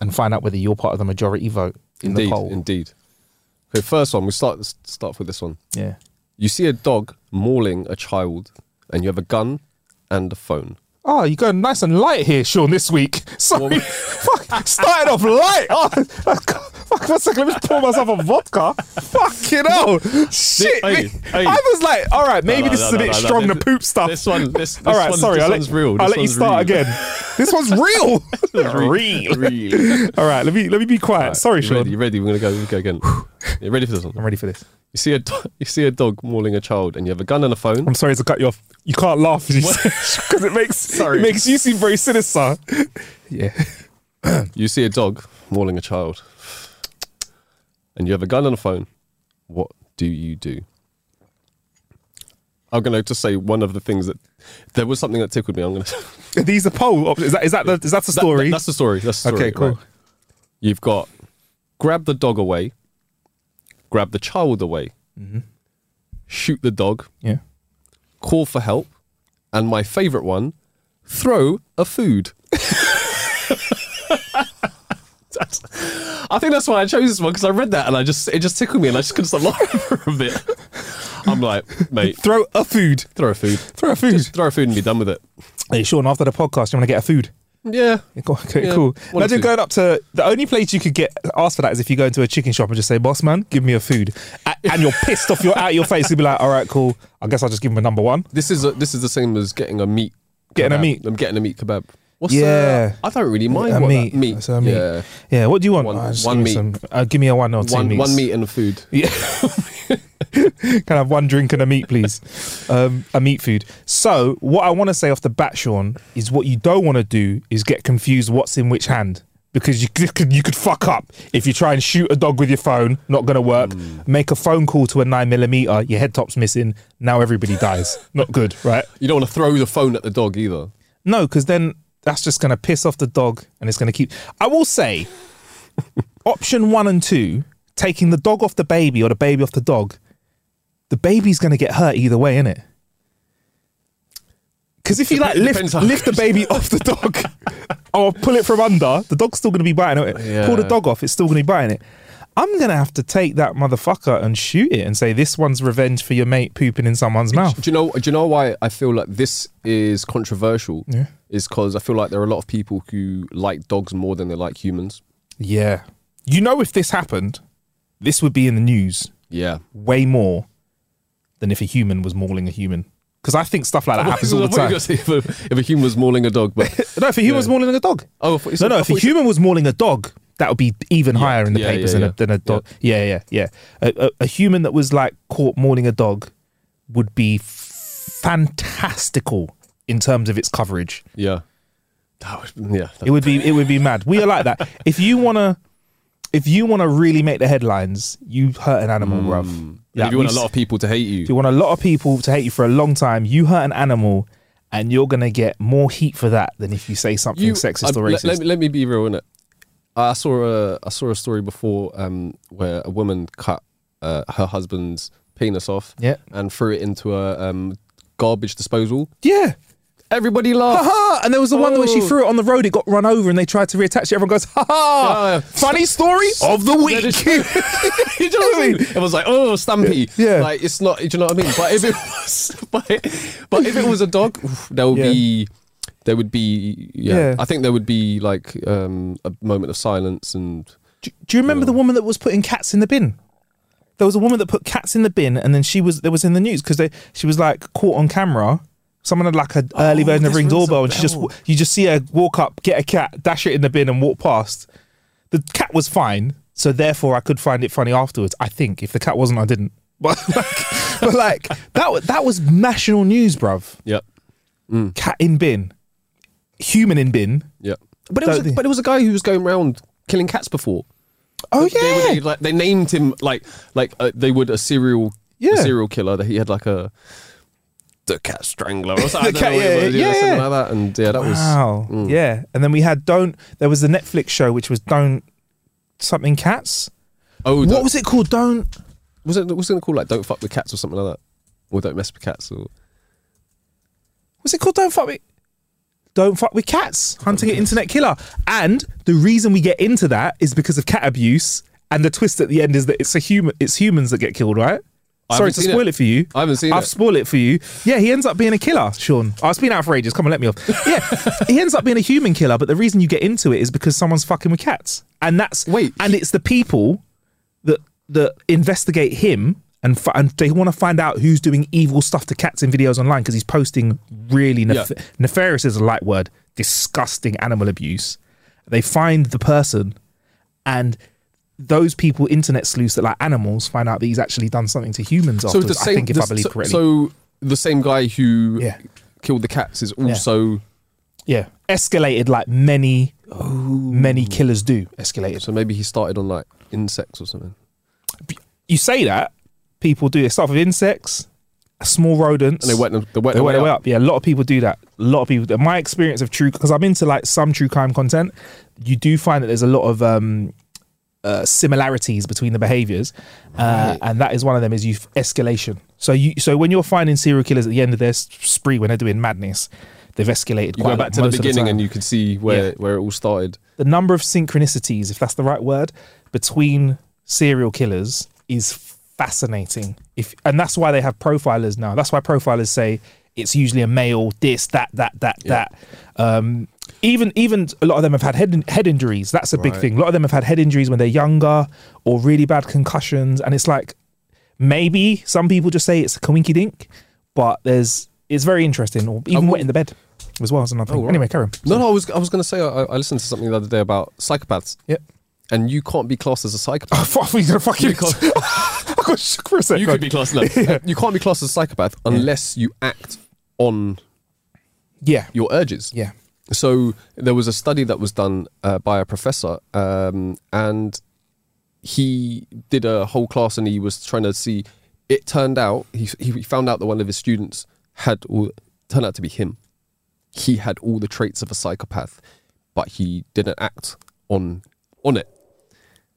Speaker 1: and find out whether you're part of the majority vote in
Speaker 2: Indeed,
Speaker 1: the poll.
Speaker 2: indeed. Okay, first one. We start let's start off with this one.
Speaker 1: Yeah.
Speaker 2: You see a dog mauling a child, and you have a gun and a phone.
Speaker 1: Oh, you're going nice and light here, Sean, this week. Sorry. Fuck, started off light. Oh, fuck, one second, let me just pour myself a vodka. Fucking hell. Shit.
Speaker 2: Hey, hey.
Speaker 1: I was like, all right, maybe
Speaker 2: no,
Speaker 1: this is
Speaker 2: no,
Speaker 1: a bit
Speaker 2: no, no,
Speaker 1: strong,
Speaker 2: this-
Speaker 1: the poop stuff.
Speaker 2: this one- this-
Speaker 1: all
Speaker 2: this
Speaker 1: right,
Speaker 2: one-
Speaker 1: sorry,
Speaker 2: this
Speaker 1: I'll,
Speaker 2: one's
Speaker 1: let,
Speaker 2: real.
Speaker 1: I'll
Speaker 2: This
Speaker 1: let you
Speaker 2: one's
Speaker 1: start
Speaker 2: real.
Speaker 1: again. This one's real. real. All right, let me let me be quiet. Sorry,
Speaker 2: you
Speaker 1: Sean.
Speaker 2: ready? You ready? We're gonna go. We're gonna go again. you ready for this one?
Speaker 1: I'm ready for this.
Speaker 2: You see a do- you see a dog mauling a child, and you have a gun and a phone.
Speaker 1: I'm sorry to cut you off. You can't laugh because it makes
Speaker 2: Sorry.
Speaker 1: it makes you seem very sinister. Yeah.
Speaker 2: You see a dog mauling a child, and you have a gun and a phone. What do you do? I'm going to just say one of the things that there was something that tickled me. I'm going to.
Speaker 1: Are these the poll options? Is that is that the, is that the story?
Speaker 2: that's the story. That's the story.
Speaker 1: Okay, cool.
Speaker 2: You've got grab the dog away, grab the child away,
Speaker 1: Mm-hmm.
Speaker 2: shoot the dog,
Speaker 1: yeah.
Speaker 2: call for help, and my favorite one, throw a food. That's- I think that's why I chose this one because I read that and I just it just tickled me and I just couldn't stop laughing for a bit. I'm like, mate,
Speaker 1: Throw a food.
Speaker 2: throw a food,
Speaker 1: Throw a food.
Speaker 2: Just throw a food and be done with it.
Speaker 1: Hey, Sean, after the podcast, you want to get a food?
Speaker 2: Yeah,
Speaker 1: Okay,
Speaker 2: Yeah,
Speaker 1: cool.
Speaker 2: one or
Speaker 1: Imagine
Speaker 2: two.
Speaker 1: going up to the only place you could get asked for that is if you go into a chicken shop and just say, "Boss man, give me a food," A- and you're pissed off, you're out of your face. You'd be like, "All right, cool. I guess I'll just give him a number one."
Speaker 2: this is a, this is the same as getting a meat,
Speaker 1: Getting a
Speaker 2: kebab.
Speaker 1: meat.
Speaker 2: I'm getting a meat kebab. What's
Speaker 1: Yeah.
Speaker 2: the, I don't really mind
Speaker 1: a
Speaker 2: what
Speaker 1: meat.
Speaker 2: that meat.
Speaker 1: So a meat.
Speaker 2: Yeah,
Speaker 1: Yeah. What do you want?
Speaker 2: One-
Speaker 1: "Oh, just give
Speaker 2: one
Speaker 1: me
Speaker 2: meat.
Speaker 1: some- uh, give me a one or two
Speaker 2: one
Speaker 1: meats.
Speaker 2: one meat and a food.
Speaker 1: Yeah. Can I have one drink and a meat, please? Um, a meat food. So, what I want to say off the bat, Sean, is what you don't want to do is get confused what's in which hand because you could, you could fuck up if you try and shoot a dog with your phone. Not going to work. Make a phone call to a nine millimeter. Your head top's missing. Now everybody dies. not good, right?
Speaker 2: You don't want to throw the phone at the dog either.
Speaker 1: No, because then that's just going to piss off the dog and it's going to keep. I will say, option one and two, taking the dog off the baby or the baby off the dog, the baby's going to get hurt either way, innit? Because if you like
Speaker 2: Depends-
Speaker 1: lift,
Speaker 2: depends how-
Speaker 1: lift the baby off the dog or pull it from under, the dog's still going to be biting it. Pull the
Speaker 2: Yeah.
Speaker 1: dog off, it's still going to be biting it. I'm going to have to take that motherfucker and shoot it and say, this one's revenge for your mate pooping in someone's mouth.
Speaker 2: Do you know? Do you know why I feel like this is controversial? Yeah. Is because I feel like there are a lot of people who like dogs more than they like humans.
Speaker 1: Yeah. You know, if this happened, this would be in the news
Speaker 2: Yeah.
Speaker 1: way more than if a human was mauling a human. Because I think stuff like that happens all the
Speaker 2: What are
Speaker 1: time.
Speaker 2: you gonna say if, a, if a human was mauling a dog, but
Speaker 1: No, if a human was mauling a dog.
Speaker 2: Oh, I thought you
Speaker 1: no,
Speaker 2: said-
Speaker 1: no.
Speaker 2: I
Speaker 1: If a
Speaker 2: thought you
Speaker 1: human was mauling a dog, that would be even higher in the
Speaker 2: yeah,
Speaker 1: papers
Speaker 2: yeah,
Speaker 1: than,
Speaker 2: yeah.
Speaker 1: A, than a dog. Yeah, yeah, yeah. A, a, a human that was like caught mauling a dog would be fantastical in terms of its coverage.
Speaker 2: yeah, that was, yeah, that-
Speaker 1: It would be it would be mad. We are like that. If you wanna if you wanna really make the headlines, you hurt an animal, bruv.
Speaker 2: Hmm. if you want a
Speaker 1: we've-
Speaker 2: lot of people to hate you,
Speaker 1: if you want a lot of people to hate you for a long time, you hurt an animal and you're gonna get more heat for that than if you say something
Speaker 2: you
Speaker 1: sexist
Speaker 2: I-
Speaker 1: or
Speaker 2: let-
Speaker 1: racist.
Speaker 2: Let, me- let me be real, innit? I saw a I saw a story before um, where a woman cut uh, her husband's penis off,
Speaker 1: Yeah.
Speaker 2: and threw it into a um, garbage disposal.
Speaker 1: yeah.
Speaker 2: Everybody laughed.
Speaker 1: Ha-ha! And there was the one where she
Speaker 2: Oh.
Speaker 1: threw it on the road, it got run over and they tried to reattach it. Everyone goes, ha ha!
Speaker 2: Yeah.
Speaker 1: Funny story of the
Speaker 2: Yeah,
Speaker 1: week.
Speaker 2: just- you know what I mean? It was like, oh, Stampy.
Speaker 1: Yeah.
Speaker 2: Like, it's not, do you know what I mean? But if it was, but, but if it was a dog, oof, there would
Speaker 1: Yeah.
Speaker 2: be, there would be, yeah,
Speaker 1: Yeah.
Speaker 2: I think there would be like um, a moment of silence and
Speaker 1: Do, do you remember the woman that was putting cats in the bin? There was a woman that put cats in the bin, and then she was there was in the news because she was like caught on camera Someone had like an early version
Speaker 3: Oh,
Speaker 1: of
Speaker 3: this
Speaker 1: Ring
Speaker 3: rings a
Speaker 1: Doorbell, and she just
Speaker 3: bell.
Speaker 1: you just see her walk up, get a cat, dash it in the bin, and walk past. The cat was fine, so therefore I could find it funny afterwards. I think if the cat wasn't, I didn't. But like, but like that wa- that was national news, bruv.
Speaker 2: Yep.
Speaker 3: Hmm.
Speaker 1: Cat in bin, human in bin.
Speaker 2: Yep. But it was
Speaker 1: Don't
Speaker 2: a,
Speaker 1: they-
Speaker 2: but it was a guy who was going around killing cats before.
Speaker 1: Oh
Speaker 2: They would-
Speaker 1: yeah,
Speaker 2: they, like, they named him like like uh, they would a serial
Speaker 1: Yeah.
Speaker 2: a serial killer that he had like a the cat strangler or something.
Speaker 1: The
Speaker 2: I don't
Speaker 1: cat-
Speaker 2: know what
Speaker 1: yeah,
Speaker 2: it was,
Speaker 1: yeah,
Speaker 2: something
Speaker 1: yeah.
Speaker 2: like that. And yeah, that
Speaker 1: wow,
Speaker 2: was mm.
Speaker 1: yeah. And then we had don't. There was the Netflix show which was don't something cats.
Speaker 2: Oh,
Speaker 1: What
Speaker 2: don't-
Speaker 1: was it called? Don't
Speaker 2: was it was it called like don't fuck with cats or something like that, or don't mess with cats or
Speaker 1: What's it called? Don't fuck with. Don't fuck with cats. Hunting an internet killer. And the reason we get into that is because of cat abuse. And the twist at the end is that it's a human. It's humans that get killed, right?
Speaker 2: I
Speaker 1: Sorry
Speaker 2: haven't
Speaker 1: to
Speaker 2: seen
Speaker 1: spoil it.
Speaker 2: it.
Speaker 1: for you.
Speaker 2: I haven't seen
Speaker 1: I've
Speaker 2: it.
Speaker 1: spoiled it for you. Yeah, he ends up being a killer, Sean. Oh, it's been out for ages. Come on, let me off. Yeah, he ends up being a human killer. But the reason you get into it is because someone's fucking with cats, and that's
Speaker 2: Wait,
Speaker 1: And it's the people that that investigate him and fi- and they want to find out who's doing evil stuff to cats in videos online because he's posting really nef-
Speaker 2: Yeah.
Speaker 1: nefarious is a light word, disgusting animal abuse. They find the person, and those people, internet sleuths that like animals, find out that he's actually done something to humans. afterwards, I think if I
Speaker 2: this-
Speaker 1: believe
Speaker 2: so-
Speaker 1: correctly,
Speaker 2: So the same guy who
Speaker 1: Yeah.
Speaker 2: killed the cats is also
Speaker 1: yeah, escalated like many
Speaker 2: Oh.
Speaker 1: many killers do. Escalated.
Speaker 2: so maybe he started on like insects or something.
Speaker 1: You say that people do. They start with insects, small rodents,
Speaker 2: And they went them- they went
Speaker 1: They
Speaker 2: their
Speaker 1: work
Speaker 2: way
Speaker 1: their way
Speaker 2: up.
Speaker 1: up. Yeah, a lot of people do that. A lot of people. do- My experience of true because I'm into like some true crime content. You do find that there's a lot of um, uh, similarities between the behaviors, uh, and that is one of them is you escalation. So you so when you're finding serial killers at the end of their s- spree when they're doing madness, they've escalated.
Speaker 2: You
Speaker 1: quite a lot
Speaker 2: go back to the
Speaker 1: most of
Speaker 2: beginning
Speaker 1: time
Speaker 2: and you can see where
Speaker 1: Yeah.
Speaker 2: where it all started.
Speaker 1: the number of synchronicities, if that's the right word, between serial killers is fascinating. If and that's why they have profilers now. That's why profilers say it's usually a male, this, that, that, that, that. Um, even even a lot of them have had head head injuries. That's a big thing. A lot of them have had head injuries when they're younger or really bad concussions, and it's like maybe some people just say it's a coinky dink, but there's it's very interesting. Or even
Speaker 2: Oh,
Speaker 1: wet in the bed as well as another thing.
Speaker 2: right.
Speaker 1: Anyway, Karen.
Speaker 2: No, no, I was I was going to say I, I listened to something the other day about psychopaths.
Speaker 1: Yep.
Speaker 2: And you can't be classed as a psychopath.
Speaker 1: Fuck, we gonna fucking.
Speaker 2: Because-
Speaker 1: I got shook for a second.
Speaker 2: you could be classed. No, you can't be classed as a psychopath unless you act on
Speaker 1: Yeah.
Speaker 2: your urges.
Speaker 1: Yeah.
Speaker 2: So there was a study that was done uh, by a professor, um, and he did a whole class, and he was trying to see. It turned out he he found out that one of his students had all turned out to be him. He had all the traits of a psychopath, but he didn't act on on it.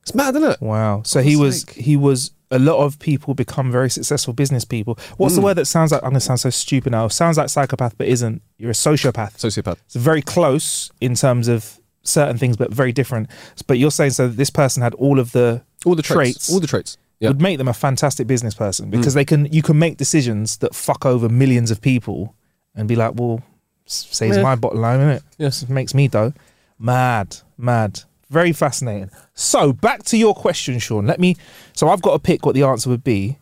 Speaker 2: It's mad, isn't it?
Speaker 1: Wow. So he was he was a lot of people become very successful business people. What's
Speaker 2: Hmm.
Speaker 1: the word that sounds like? I'm gonna sound so stupid now. Sounds like psychopath, but isn't. You're a sociopath.
Speaker 2: Sociopath.
Speaker 1: it's very close in terms of certain things, but very different. But you're saying so that this person had all of the
Speaker 2: All the traits. All the traits. Yeah. Mm.
Speaker 1: would make them a fantastic business person because they can you can make decisions that fuck over millions of people and be like, well, s- saves
Speaker 2: Yeah.
Speaker 1: my bottom line, innit?
Speaker 2: Yes.
Speaker 1: makes me though. Mad, mad, very fascinating. So back to your question, Sean. Let me. So I've got to pick what the answer would be.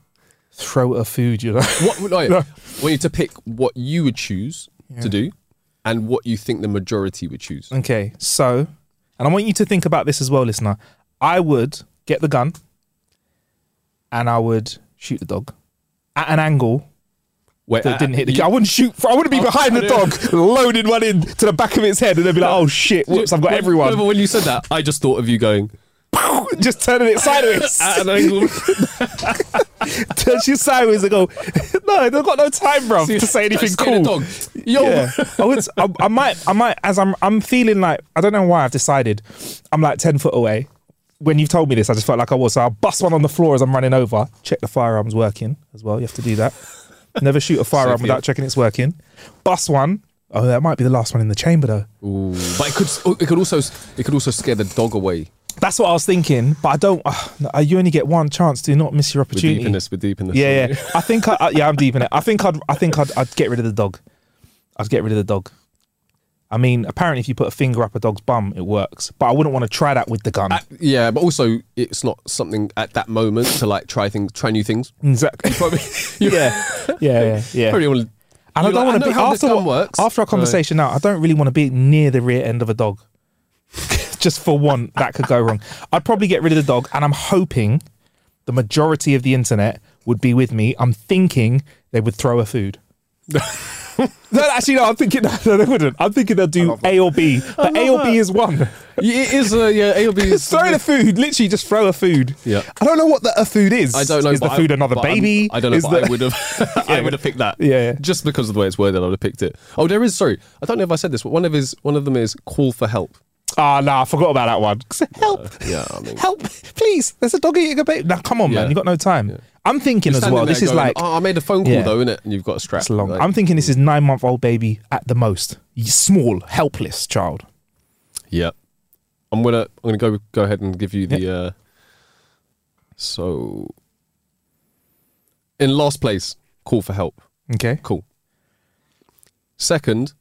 Speaker 1: Throw a food, you know.
Speaker 2: What would oh, I?
Speaker 1: No.
Speaker 2: We need to pick what you would choose to do, and what you think the majority would choose.
Speaker 1: Okay, so, and I want you to think about this as well, listener. I would get the gun and I would shoot the dog at an angle
Speaker 2: Wait,
Speaker 1: that
Speaker 2: uh,
Speaker 1: didn't hit the.
Speaker 2: you-
Speaker 1: I wouldn't shoot. For, I wouldn't be
Speaker 2: Oh,
Speaker 1: behind the
Speaker 2: yeah.
Speaker 1: dog, loading one in to the back of its head, and they'd be like, "Oh shit! Whoops! I've got
Speaker 2: When- no, but
Speaker 1: everyone."
Speaker 2: when you said that, I just thought of you going
Speaker 1: Just turning it sideways.
Speaker 2: at an angle.
Speaker 1: Turn you sideways and go. No, they've got no time, bro, to say anything
Speaker 2: Scared
Speaker 1: cool.
Speaker 2: of Dog. Yo,
Speaker 1: Yeah, I would. I, I might. I might. As I'm, I'm feeling like I don't know why I've decided. I'm like ten foot away. When you've told me this, I just felt like I was. So I'll bust one on the floor as I'm running over. Check the firearms working as well. You have to do that. Never shoot a firearm
Speaker 2: Safety.
Speaker 1: without checking it's working. Bust one. Oh, that might be the last one in the chamber though.
Speaker 2: Mm. but it could oh, it could also it could also scare the dog away.
Speaker 1: That's what I was thinking, but I don't. Uh, you only get one chance. Do not miss your
Speaker 2: We're
Speaker 1: opportunity.
Speaker 2: deep in this. We're deep in this.
Speaker 1: Yeah, yeah. I think I, I yeah, I'm deep in it. I think I'd I think I'd I'd get rid of the dog. I'd get rid of the dog. I mean, apparently if you put a finger up a dog's bum, it works. But I wouldn't want to try that with the gun.
Speaker 2: Uh, yeah, but also it's not something at that moment to like try things, try new things.
Speaker 1: exactly.
Speaker 2: Probably, you
Speaker 1: yeah. Yeah, yeah, yeah.
Speaker 2: probably want to
Speaker 1: And I
Speaker 2: You're
Speaker 1: don't
Speaker 2: like,
Speaker 1: want to
Speaker 2: I know
Speaker 1: be
Speaker 2: how this
Speaker 1: after
Speaker 2: gun
Speaker 1: what-
Speaker 2: works.
Speaker 1: after our
Speaker 2: Right.
Speaker 1: conversation now. I don't really want to be near the rear end of a dog. Just for one, that could go wrong. I'd probably get rid of the dog, and I'm hoping the majority of the internet would be with me. I'm thinking they would throw a food. no, actually, no. I'm thinking no, no, they wouldn't. I'm thinking they'll do A or B, but A or B is one.
Speaker 2: It is uh, yeah, A or B is
Speaker 1: Throw the food, literally just throw a food.
Speaker 2: Yeah.
Speaker 1: I don't know what the a food is.
Speaker 2: I don't know.
Speaker 1: Is the
Speaker 2: but I-
Speaker 1: food another
Speaker 2: but I'm-
Speaker 1: baby?
Speaker 2: I don't know.
Speaker 1: Is
Speaker 2: But
Speaker 1: the-
Speaker 2: I would have. I would have picked that.
Speaker 1: Yeah, yeah.
Speaker 2: Just because of the way it's worded, I would have picked it. Oh, there is. Sorry, I don't know if I said this, but one of his one of them is call for help.
Speaker 1: Ah, nah, I forgot about that one. Help!
Speaker 2: Uh, yeah, I mean-
Speaker 1: help! Please, there's a dog eating a baby. Now, come on,
Speaker 2: Yeah.
Speaker 1: man, you got no time. I'm thinking as
Speaker 2: Standing
Speaker 1: well.
Speaker 2: there
Speaker 1: This is
Speaker 2: going,
Speaker 1: like
Speaker 2: oh, I made a phone call
Speaker 1: Yeah.
Speaker 2: though, innit? And you've got a strap.
Speaker 1: it's long.
Speaker 2: Like,
Speaker 1: I'm thinking this is nine month old baby at the most, Y- small, helpless child.
Speaker 2: yeah. I'm gonna I'm gonna go go ahead and give you the. Uh, so, in last place, call for help.
Speaker 1: Okay.
Speaker 2: Cool. Second,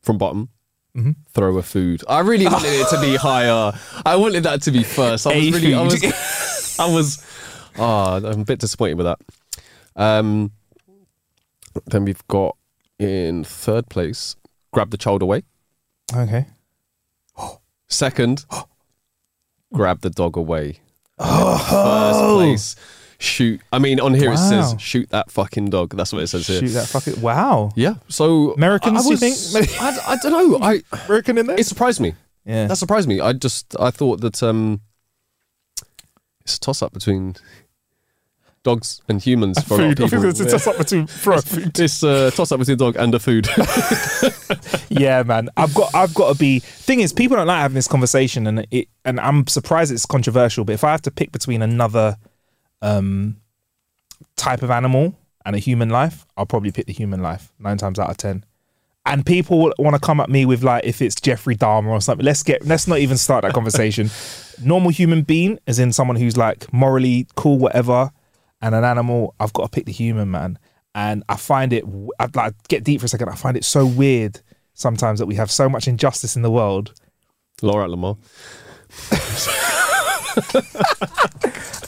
Speaker 2: from bottom,
Speaker 1: Mm-hmm.
Speaker 2: throw a food. I really wanted it to be higher. I wanted that to be first. I
Speaker 1: A
Speaker 2: was really, I
Speaker 1: food.
Speaker 2: was, I was, ah, I'm a bit disappointed with that. Um, then we've got in third place, grab the child away.
Speaker 1: Okay.
Speaker 2: Second, grab the dog away. Oh, first place, shoot. I mean, on here it says
Speaker 1: Wow.
Speaker 2: shoot that fucking dog. That's what it says here.
Speaker 1: Shoot that fucking wow.
Speaker 2: Yeah. So
Speaker 1: Americans,
Speaker 2: I, I
Speaker 1: you
Speaker 2: was-
Speaker 1: think?
Speaker 2: I, I don't know. I
Speaker 1: American in there.
Speaker 2: it surprised me.
Speaker 1: yeah.
Speaker 2: That surprised me. I just I thought that um, it's a toss up between dogs and humans for a lot
Speaker 1: food.
Speaker 2: of
Speaker 1: I think
Speaker 2: people.
Speaker 1: it's a toss up between throw a food.
Speaker 2: It's a toss up between dog and a food.
Speaker 1: yeah, man. I've got I've got to be. Thing is, people don't like having this conversation, and it and I'm surprised it's controversial. But if I have to pick between another um type of animal and a human life, I'll probably pick the human life nine times out of ten. And people want to come at me with like if it's Jeffrey Dahmer or something. Let's get let's not even start that conversation. Normal human being, as in someone who's like morally cool, whatever, and an animal. I've got to pick the human man, and I find it. w- I'd like get deep for a second. I find it so weird sometimes that we have so much injustice in the world,
Speaker 2: Laura Lamar.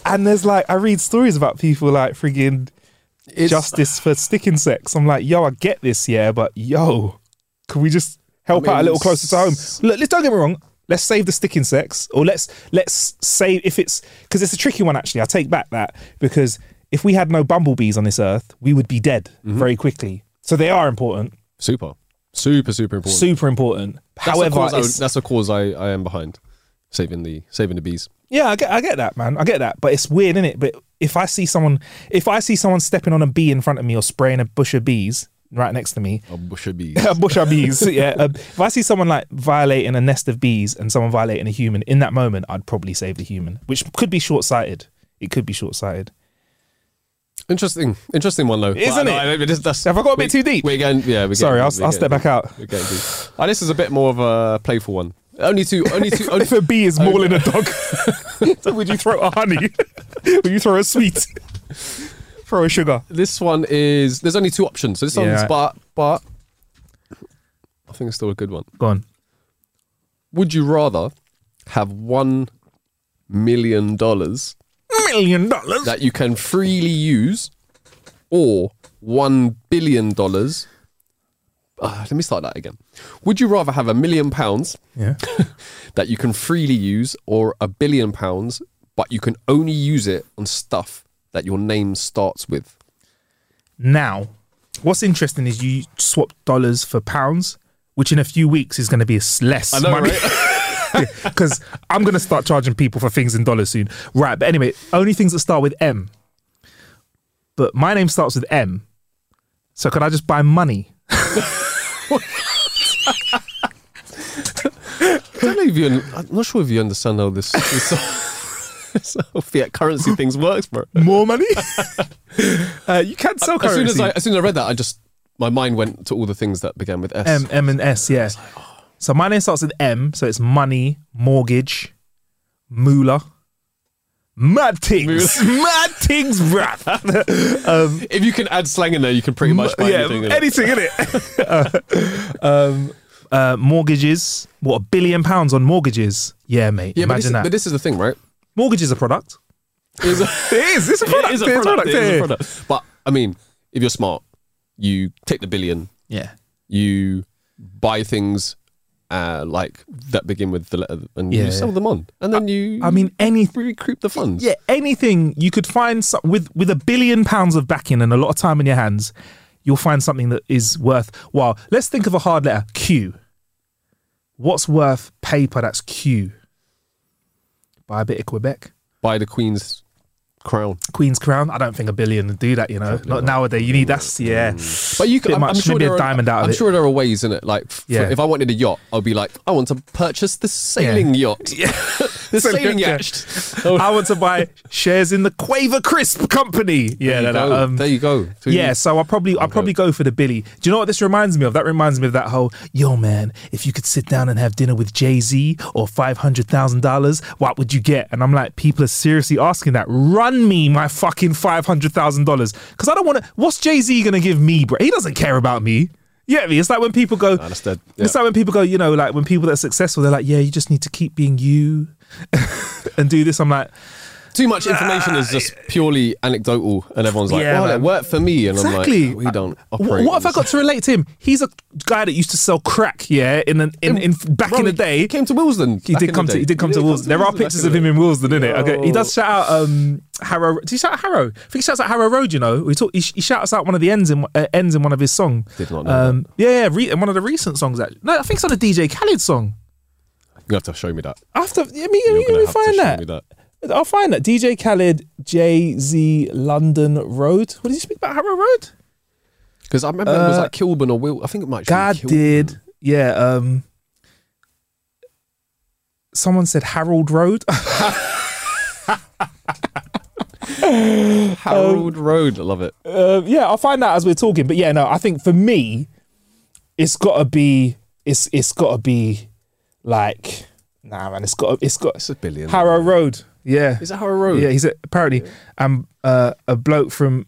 Speaker 1: and there's like I read stories about people like frigging justice for sticking sex. I'm like, yo, I get this, yeah, but yo, can we just help
Speaker 2: I mean,
Speaker 1: out a little closer to home?
Speaker 2: s-
Speaker 1: Look, let's don't get me wrong. Let's save the sticking sex, or let's let's save if it's because it's a tricky one actually. I take back that because if we had no bumblebees on this earth, we would be dead
Speaker 2: Mm-hmm.
Speaker 1: very quickly. So they are important,
Speaker 2: Super, super, super important.
Speaker 1: super important.
Speaker 2: That's a
Speaker 1: However,
Speaker 2: cause I, would-
Speaker 1: it's-
Speaker 2: that's a cause I, I am behind. Saving the saving the bees.
Speaker 1: Yeah, I get, I get that, man. I get that, but it's weird, innit? But if I see someone, if I see someone stepping on a bee in front of me or spraying a bush of bees right next to me,
Speaker 2: A bush of bees.
Speaker 1: a bush of bees, yeah. Um, if I see someone like violating a nest of bees and someone violating a human in that moment, I'd probably save the human, which could be short sighted. It could be short sighted.
Speaker 2: Interesting, interesting one though, But
Speaker 1: Isn't
Speaker 2: I-
Speaker 1: it?
Speaker 2: I- this- that's-
Speaker 1: Have I got a bit
Speaker 2: we-
Speaker 1: too deep?
Speaker 2: We're going, yeah. We're
Speaker 1: Sorry,
Speaker 2: getting-
Speaker 1: I'll-
Speaker 2: we're
Speaker 1: I'll step
Speaker 2: getting-
Speaker 1: back out.
Speaker 2: We're getting deep. Uh, this is a bit more of a playful one. Only two, only two, only,
Speaker 1: If a bee is mauling a dog, Oh, would you throw a honey? would you throw a sweet? throw a sugar?
Speaker 2: this one is. There's only two options. So this
Speaker 1: Yeah,
Speaker 2: one's,
Speaker 1: right.
Speaker 2: but but I think it's still a good one.
Speaker 1: Go on.
Speaker 2: Would you rather have one million dollars
Speaker 1: Million dollars.
Speaker 2: that you can freely use, or one billion dollars? Uh, let me start that again. Would you rather have a million pounds
Speaker 1: Yeah.
Speaker 2: that you can freely use or a billion pounds, but you can only use it on stuff that your name starts with.
Speaker 1: now. What's interesting is you swap dollars for pounds, which in a few weeks is going to be s- less money. Because I'm going to start charging people for things in dollars soon. Right. But anyway, only things that start with M. But my name starts with M. So could I just buy money?
Speaker 2: I don't know if you. I'm not sure if you understand how this, this, this whole fiat currency things works, bro.
Speaker 1: More money? uh, you can sell
Speaker 2: As soon
Speaker 1: currency.
Speaker 2: as I, as soon as I read that, I just my mind went to all the things that began with S.
Speaker 1: M, M, and S, yeah. So my name starts with M. So it's money, mortgage, moolah. Mad things. Mad things, bruv.
Speaker 2: if you can add slang in there, you can pretty much buy
Speaker 1: yeah,
Speaker 2: anything. innit?
Speaker 1: anything in it. um, uh, mortgages. What a billion pounds on mortgages? Yeah, mate.
Speaker 2: yeah, but
Speaker 1: imagine
Speaker 2: this, is-
Speaker 1: that.
Speaker 2: but this is the thing, right?
Speaker 1: mortgage is a product.
Speaker 2: It is a-
Speaker 1: It is. It's a product.
Speaker 2: It is a product. It is
Speaker 1: yeah.
Speaker 2: a product. But I mean, if you're smart, you take the billion,
Speaker 4: Yeah.
Speaker 2: you buy things uh, like that begin with the letter, and
Speaker 1: Yeah,
Speaker 2: you sell
Speaker 1: yeah.
Speaker 2: them on, and then you.
Speaker 1: I mean, any-
Speaker 2: recoup the funds.
Speaker 1: Yeah, anything you could find some, with with a billion pounds of backing and a lot of time in your hands, you'll find something that is worth. Well, let's think of a hard letter Q. What's worth paper that's Q? Buy a bit of Quebec,
Speaker 2: buy the Queen's crown.
Speaker 1: Queen's Crown. I don't think a billion would do that. You know, not nowadays. You need that's yeah.
Speaker 2: But you
Speaker 1: Bit
Speaker 2: can. I'm,
Speaker 1: much,
Speaker 2: I'm sure
Speaker 1: maybe a
Speaker 2: there are,
Speaker 1: diamond out of
Speaker 2: I'm
Speaker 1: it.
Speaker 2: sure there are ways in it. Like, f-
Speaker 1: Yeah.
Speaker 2: if I wanted a yacht, I'd be like, I want to purchase the sailing yacht. Yeah. the sailing
Speaker 1: Yeah.
Speaker 2: yacht.
Speaker 1: I want to buy shares in the Quaver Crisp Company. Yeah,
Speaker 2: There
Speaker 1: no,
Speaker 2: you
Speaker 1: no,
Speaker 2: go.
Speaker 1: um,
Speaker 2: there you go. So you-
Speaker 1: Yeah, so I'll probably I'll probably go for the Billy. Do you know what this reminds me of? That reminds me of that whole yo man, if you could sit down and have dinner with Jay Z or five hundred thousand dollars, what would you get? And I'm like, people are seriously asking that. Run me my fucking five hundred thousand dollars. Cause I don't wanna what's Jay Z gonna give me, bro? He doesn't care about me. You get me? It's like when people go
Speaker 2: that's dead.
Speaker 1: It's like when people go, you know, like when people that are successful, they're like, Yeah, you just need to keep being you and do this. I'm like,
Speaker 2: Too much information is just purely anecdotal, and everyone's like,
Speaker 1: Ah, Yeah,
Speaker 2: "Well, it
Speaker 1: man.
Speaker 2: worked for me," and
Speaker 1: Exactly.
Speaker 2: I'm like, "We don't
Speaker 1: Wh-
Speaker 2: operate."
Speaker 1: What have I got to relate to him? He's a guy that used to sell crack, yeah, in an, in, in back in the day.
Speaker 2: He came to Wilsdon.
Speaker 1: He
Speaker 2: back in
Speaker 1: did
Speaker 2: the
Speaker 1: come to
Speaker 2: day.
Speaker 1: he did come to Wilsdon. There are pictures
Speaker 2: back
Speaker 1: of
Speaker 2: the
Speaker 1: him
Speaker 2: day.
Speaker 1: in Wilsdon, isn't it? Okay, he does shout out um Harrow. Did he shout out Harrow? I think he shouts out Harrow Road. You know, we talk. He, sh- he shouts out one of the ends in uh, ends in one of his song.
Speaker 2: Did not know
Speaker 1: Um, yeah, yeah, re- in one of the recent songs. Actually, no, I think it's on a DJ Khaled song.
Speaker 2: You have to show me that.
Speaker 1: After, I mean,
Speaker 2: You're
Speaker 1: you
Speaker 2: gonna
Speaker 1: can
Speaker 2: have to
Speaker 1: find
Speaker 2: show
Speaker 1: that.
Speaker 2: me that.
Speaker 1: I'll find that DJ Khaled, Jay Z, London Road. What did you speak about Harrow Road?
Speaker 2: Because I remember it was
Speaker 1: Uh,
Speaker 2: like Kilburn or Will. I think it might. actually
Speaker 1: God
Speaker 2: be Kilburn.
Speaker 1: did. Yeah. Um, someone said Harold Road. Oh.
Speaker 2: Harold Road. I love it.
Speaker 1: uh, yeah, I'll find out as we're talking. But yeah, no, I think for me, it's gotta be. It's it's gotta be like nah, man. It's got it's got
Speaker 2: It's a billion.
Speaker 1: Harrow Road. Yeah.
Speaker 2: Is it Harrow Road?
Speaker 1: Yeah, he's a, apparently um uh, a bloke from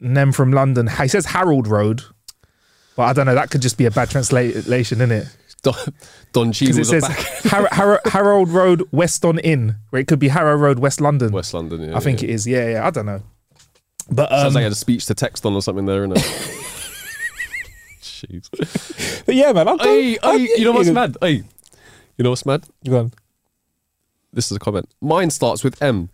Speaker 1: Nem from London. He says Harold Road, but I don't know. That could just be a bad translation, is it?
Speaker 2: Don, Don
Speaker 1: Because it
Speaker 2: Cheadle's
Speaker 1: says
Speaker 2: back.
Speaker 1: Har- Har- Harold Road, Weston Inn, where it could be Harrow Road, West London.
Speaker 2: West London. Yeah,
Speaker 1: I think
Speaker 2: yeah.
Speaker 1: it is. Yeah, yeah. I don't know. But
Speaker 2: sounds
Speaker 1: um,
Speaker 2: like I had a speech to text on or something there, innit? Jeez.
Speaker 1: but yeah, man. I'm
Speaker 2: Hey,
Speaker 1: I'm-
Speaker 2: hey, you know what's mad? Hey, you know what's mad?
Speaker 1: Go on.
Speaker 2: This is a comment. Mine starts with M.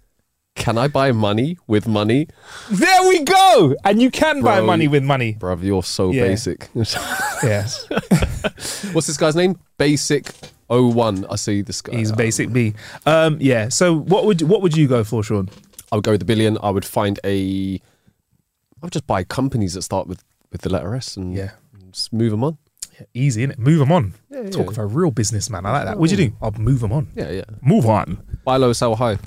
Speaker 2: Can I buy money with money?
Speaker 1: There we go. And you can buy
Speaker 2: Bro,
Speaker 1: money
Speaker 2: you-
Speaker 1: with money.
Speaker 2: Bruv, you're so
Speaker 1: Yeah.
Speaker 2: basic.
Speaker 1: Yeah,
Speaker 2: What's this guy's name? Basic 01. I see this guy.
Speaker 1: he's basic B. Um, yeah. So what would what would you go for, Sean?
Speaker 2: I would go with the billion. I would find a. I would just buy companies that start with, with the letter S and
Speaker 1: Yeah.
Speaker 2: just move them on.
Speaker 1: Easy, innit? Move them on. Talk of a real businessman. I like that. What'd you do? I'll move them on.
Speaker 2: Yeah, yeah.
Speaker 1: Move on.
Speaker 2: Buy low, sell high.